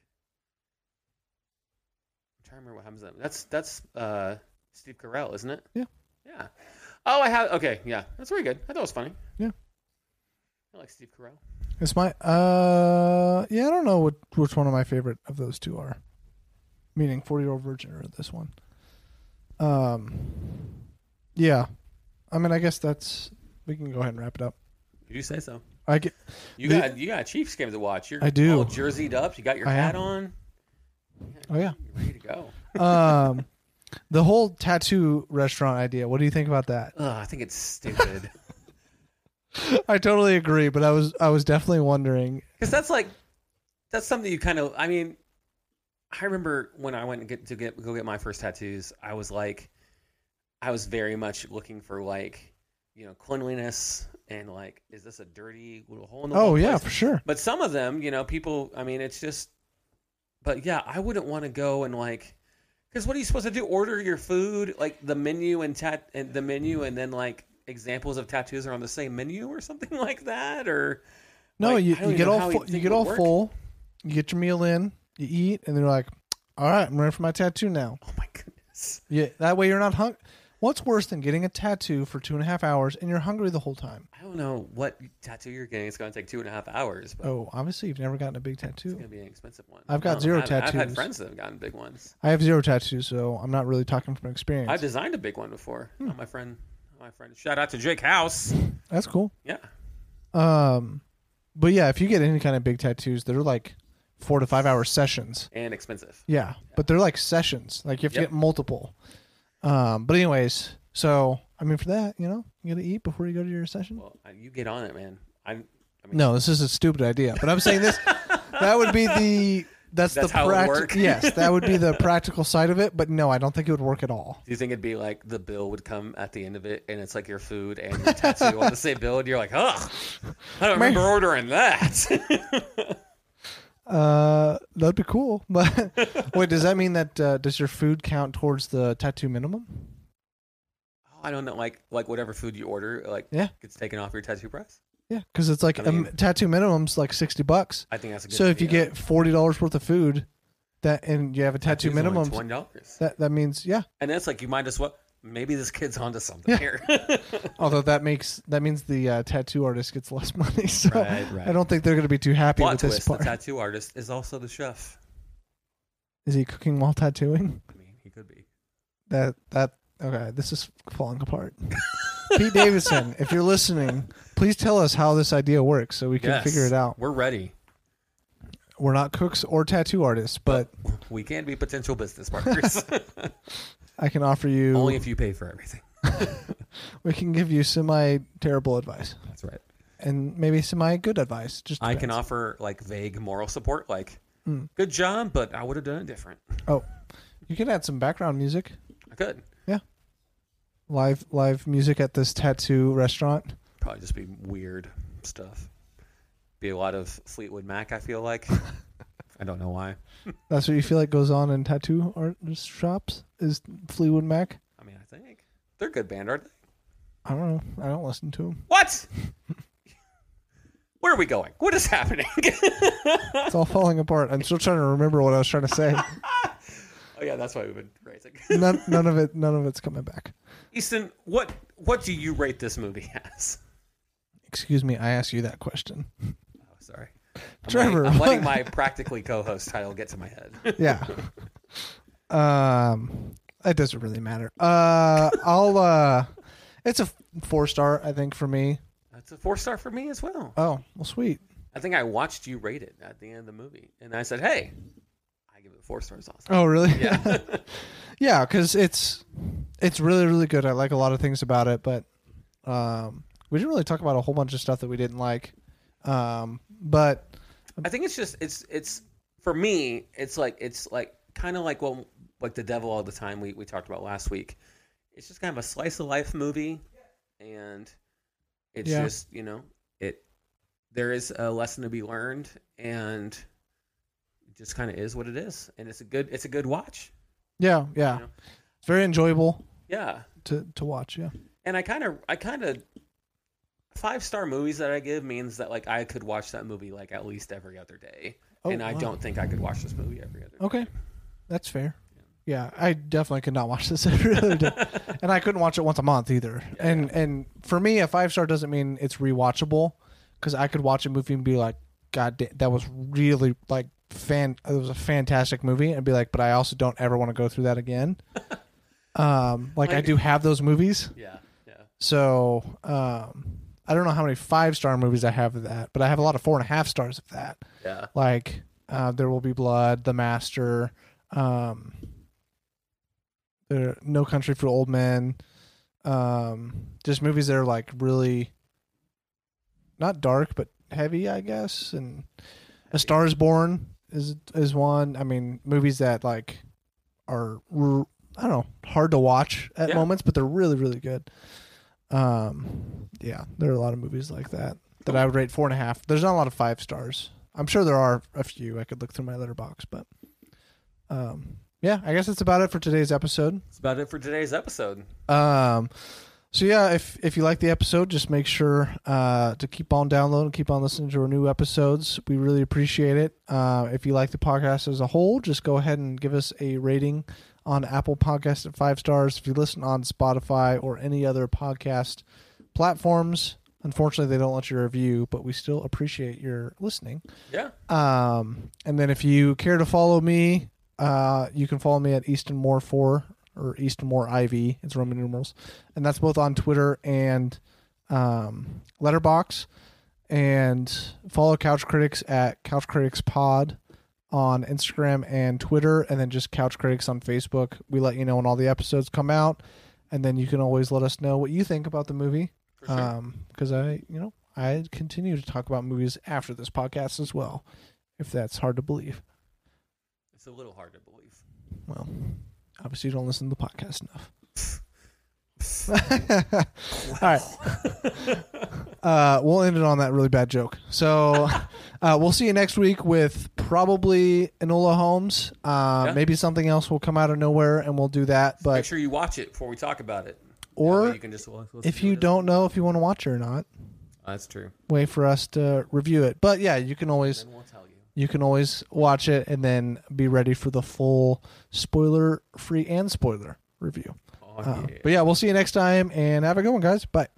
Speaker 3: trying to remember what happens. to that. That's that's uh, Steve Carell, isn't it?
Speaker 2: Yeah.
Speaker 3: Yeah. Oh, I have. Okay, yeah, that's very good. I thought it was funny.
Speaker 2: Yeah.
Speaker 3: I like Steve Carell.
Speaker 2: It's my uh yeah, I don't know what which one of my favorite of those two are. Meaning forty year old virgin or this one. Um Yeah. I mean I guess that's we can go ahead and wrap it up.
Speaker 3: You say so.
Speaker 2: I get
Speaker 3: You
Speaker 2: The-
Speaker 3: got you got a Chiefs game to watch. You're
Speaker 2: I do.
Speaker 3: all jerseyed up. You got your
Speaker 2: I
Speaker 3: hat
Speaker 2: am.
Speaker 3: on.
Speaker 2: Oh yeah.
Speaker 3: Ready to go.
Speaker 2: Um, the whole tattoo restaurant idea. What do you think about that?
Speaker 3: Ugh, I think it's stupid.
Speaker 2: I totally agree, but I was I was definitely wondering.
Speaker 3: Because that's like, that's something you kind of. I mean, I remember when I went to get to get go get my first tattoos. I was like, I was very much looking for like, you know, cleanliness and like, is this a dirty little hole in the wall?
Speaker 2: Oh yeah,
Speaker 3: place?
Speaker 2: for sure.
Speaker 3: But some of them, you know, people. I mean, it's just. But yeah, I wouldn't want to go and like, because what are you supposed to do? Order your food, like the menu and tat and the menu, and then like examples of tattoos are on the same menu or something like that, or
Speaker 2: No,
Speaker 3: Like,
Speaker 2: you,
Speaker 3: I don't
Speaker 2: you
Speaker 3: even
Speaker 2: get
Speaker 3: know
Speaker 2: all
Speaker 3: how
Speaker 2: full,
Speaker 3: you'd
Speaker 2: you
Speaker 3: think
Speaker 2: get
Speaker 3: it would
Speaker 2: all
Speaker 3: work.
Speaker 2: full, you get your meal in, you eat, and they're like, "All right, I'm ready for my tattoo now."
Speaker 3: oh my goodness.
Speaker 2: Yeah, that way you're not hung. What's worse than getting a tattoo for two and a half hours and you're hungry the whole time?
Speaker 3: I don't know what tattoo you're getting. It's going to take two and a half hours, but
Speaker 2: Oh, obviously you've never gotten a big
Speaker 3: it's
Speaker 2: tattoo.
Speaker 3: going to be an expensive one.
Speaker 2: I've got
Speaker 3: I don't
Speaker 2: zero
Speaker 3: know. I've, I've had
Speaker 2: tattoos.
Speaker 3: friends that have gotten big ones.
Speaker 2: I have zero tattoos, so I'm not really talking from experience.
Speaker 3: I've designed a big one before.
Speaker 2: Hmm.
Speaker 3: on My friend, on my friend. Shout out to Jake House.
Speaker 2: That's cool.
Speaker 3: Yeah,
Speaker 2: Um, but yeah, if you get any kind of big tattoos, they're like four to five hour sessions.
Speaker 3: and expensive.
Speaker 2: Yeah, but they're like sessions. Like you have to
Speaker 3: Yep.
Speaker 2: get multiple. Um, but anyways, so I mean, for that, you know, you gotta eat before you go to your session.
Speaker 3: Well, I- you get on it, man. I'm. I mean,
Speaker 2: No, this is a stupid idea. But I'm saying this. that would be the. That's,
Speaker 3: That's
Speaker 2: the
Speaker 3: how it would
Speaker 2: practical.
Speaker 3: work.
Speaker 2: yes, that would be the practical side of it. But no, I don't think it would work at all.
Speaker 3: Do you think it'd be like the bill would come at the end of it, and it's like your food and your tattoo on the same bill, and you're like, ugh, I don't remember ordering that.
Speaker 2: Uh, that'd be cool. But wait, does that mean that uh, does your food count towards the tattoo minimum?
Speaker 3: I don't know, like like whatever food you order, like
Speaker 2: Yeah.
Speaker 3: gets taken off your tattoo price.
Speaker 2: Yeah, because it's like
Speaker 3: I
Speaker 2: a m-
Speaker 3: mean-
Speaker 2: tattoo minimum's like sixty bucks.
Speaker 3: I think that's a good.
Speaker 2: So if you
Speaker 3: idea.
Speaker 2: get forty dollars worth of food, that and you have a tattoo
Speaker 3: Tattoo's only
Speaker 2: minimum,
Speaker 3: twenty dollars,
Speaker 2: that that means yeah.
Speaker 3: and that's like you might as well. Maybe this kid's onto something
Speaker 2: Yeah.
Speaker 3: here.
Speaker 2: Although that makes that means the uh, tattoo artist gets less money. So
Speaker 3: Right, right.
Speaker 2: I don't think they're going to be too happy
Speaker 3: Plot
Speaker 2: with this
Speaker 3: twist: the
Speaker 2: part.
Speaker 3: tattoo artist is also the chef.
Speaker 2: Is he cooking while tattooing?
Speaker 3: I mean, he could be.
Speaker 2: That that okay. This is falling apart. Pete Davidson, if you're listening, please tell us how this idea works so we can
Speaker 3: Yes.
Speaker 2: figure it out.
Speaker 3: We're ready.
Speaker 2: We're not cooks or tattoo artists, but
Speaker 3: We can be potential business partners,
Speaker 2: I can offer you.
Speaker 3: only if you pay for everything.
Speaker 2: we can give you semi terrible advice
Speaker 3: That's right.
Speaker 2: and maybe semi good advice. Just
Speaker 3: I can
Speaker 2: depends.
Speaker 3: offer like vague moral support, like "Good job, but I would have done it different."
Speaker 2: Oh, you can add some background music,
Speaker 3: I could
Speaker 2: live live music at this tattoo restaurant.
Speaker 3: probably just be weird stuff. Be a lot of Fleetwood Mac. I feel like. I don't know why.
Speaker 2: That's what you feel like goes on in tattoo artist shops. Is Fleetwood Mac?
Speaker 3: I mean, I think they're a good band, aren't they?
Speaker 2: I don't know. I don't listen to them.
Speaker 3: What? Where are we going? What is happening?
Speaker 2: It's all falling apart. I'm still trying to remember what I was trying to say.
Speaker 3: oh yeah, that's why we've been racing.
Speaker 2: None, none of it. None of it's coming back.
Speaker 3: Easton, what what do you rate this movie as?
Speaker 2: Excuse me. I asked you that question.
Speaker 3: Oh, sorry. I'm
Speaker 2: Trevor,
Speaker 3: letting, I'm letting
Speaker 2: what?
Speaker 3: my practically co-host title get to my head.
Speaker 2: Yeah. um, it doesn't really matter. Uh, I'll. Uh, it's a four star. I think for me.
Speaker 3: That's a four star for me as well.
Speaker 2: Oh well, sweet.
Speaker 3: I think I watched you rate it at the end of the movie, and I said, "Hey, I give it four stars." Also,
Speaker 2: Oh really?
Speaker 3: yeah,
Speaker 2: Yeah, because it's it's really really good. I like a lot of things about it, but um, we didn't really talk about a whole bunch of stuff that we didn't like. Um, but
Speaker 3: I think it's just it's it's for me, it's like it's like kind of like what like the devil all the time we we talked about last week. It's just kind of a slice of life movie, and it's
Speaker 2: Yeah.
Speaker 3: just you know it. There is a lesson to be learned, and it just kind of is what it is, and it's a good it's a good watch.
Speaker 2: yeah, yeah,
Speaker 3: Yeah.
Speaker 2: it's very enjoyable
Speaker 3: Yeah,
Speaker 2: to to watch. Yeah,
Speaker 3: and I kind of I kind of five star movies that I give means that like I could watch that movie like at least every other day,
Speaker 2: Oh,
Speaker 3: and I
Speaker 2: wow.
Speaker 3: don't think I could watch this movie every other. day.
Speaker 2: okay, that's fair. Yeah, I definitely could not watch this every other day, and I couldn't watch it once a month either.
Speaker 3: Yeah,
Speaker 2: and and for me, a five star doesn't mean it's rewatchable, because I could watch a movie and be like, God, da- that was really like fan. It was a fantastic movie, and be like, but I also don't ever want to go through that again. um, like I
Speaker 3: Like-
Speaker 2: do have those movies,
Speaker 3: Yeah, yeah.
Speaker 2: so um, I don't know how many five star movies I have of that, but I have a lot of four and a half stars of that
Speaker 3: Yeah.
Speaker 2: like uh, there will be blood the master um, there No Country for Old Men, um, just movies that are like really not dark but heavy, I guess. And A Star Is Born is is one. I mean, movies that like are r- I don't know hard to watch at
Speaker 3: Yeah.
Speaker 2: moments, but they're really really good. Um, yeah, there are a lot of movies like that that I would rate four and a half. There's not a lot of five stars. I'm sure there are a few. I could look through my letterbox, but um, yeah, I guess that's about it for today's episode.
Speaker 3: That's about it for today's episode.
Speaker 2: Um, so yeah, if if you like the episode, just make sure uh, to keep on downloading, keep on listening to our new episodes. We really appreciate it. Uh, if you like the podcast as a whole, just go ahead and give us a rating on Apple Podcast at five stars. If you listen on Spotify or any other podcast platforms, unfortunately they don't let you review, but we still appreciate your listening.
Speaker 3: Yeah.
Speaker 2: Um, and then if you care to follow me, uh, you can follow me at Easton Moore four or Easton Moore IV. It's Roman numerals, and that's both on Twitter and um, Letterbox. And follow Couch Critics at Couch Critics Pod on Instagram and Twitter, and then just Couch Critics on Facebook. We let you know when all the episodes come out, and then you can always let us know what you think about the movie.
Speaker 3: For sure.
Speaker 2: Um, because I, you know, I continue to talk about movies after this podcast as well, if that's hard to believe.
Speaker 3: it's a little hard to believe.
Speaker 2: Well, obviously you don't listen to the podcast enough. All right. Uh, we'll end it on that really bad joke. So uh, we'll see you next week with probably Enola Holmes. Uh,
Speaker 3: Yeah.
Speaker 2: Maybe something else will come out of nowhere and we'll do that.
Speaker 3: Make
Speaker 2: But
Speaker 3: sure you watch it before we talk about it. That way
Speaker 2: or
Speaker 3: you can just li- listen
Speaker 2: if
Speaker 3: to
Speaker 2: you
Speaker 3: it.
Speaker 2: don't know if you want to watch it or not,
Speaker 3: That's true.
Speaker 2: wait for us to review it. But yeah, you can always
Speaker 3: Then we'll tell you.
Speaker 2: you can always watch it and then be ready for the full spoiler free and spoiler review. Um,
Speaker 3: Oh,
Speaker 2: Uh,
Speaker 3: yeah. Oh,
Speaker 2: But yeah, we'll see you next time and have a good one, guys. Bye.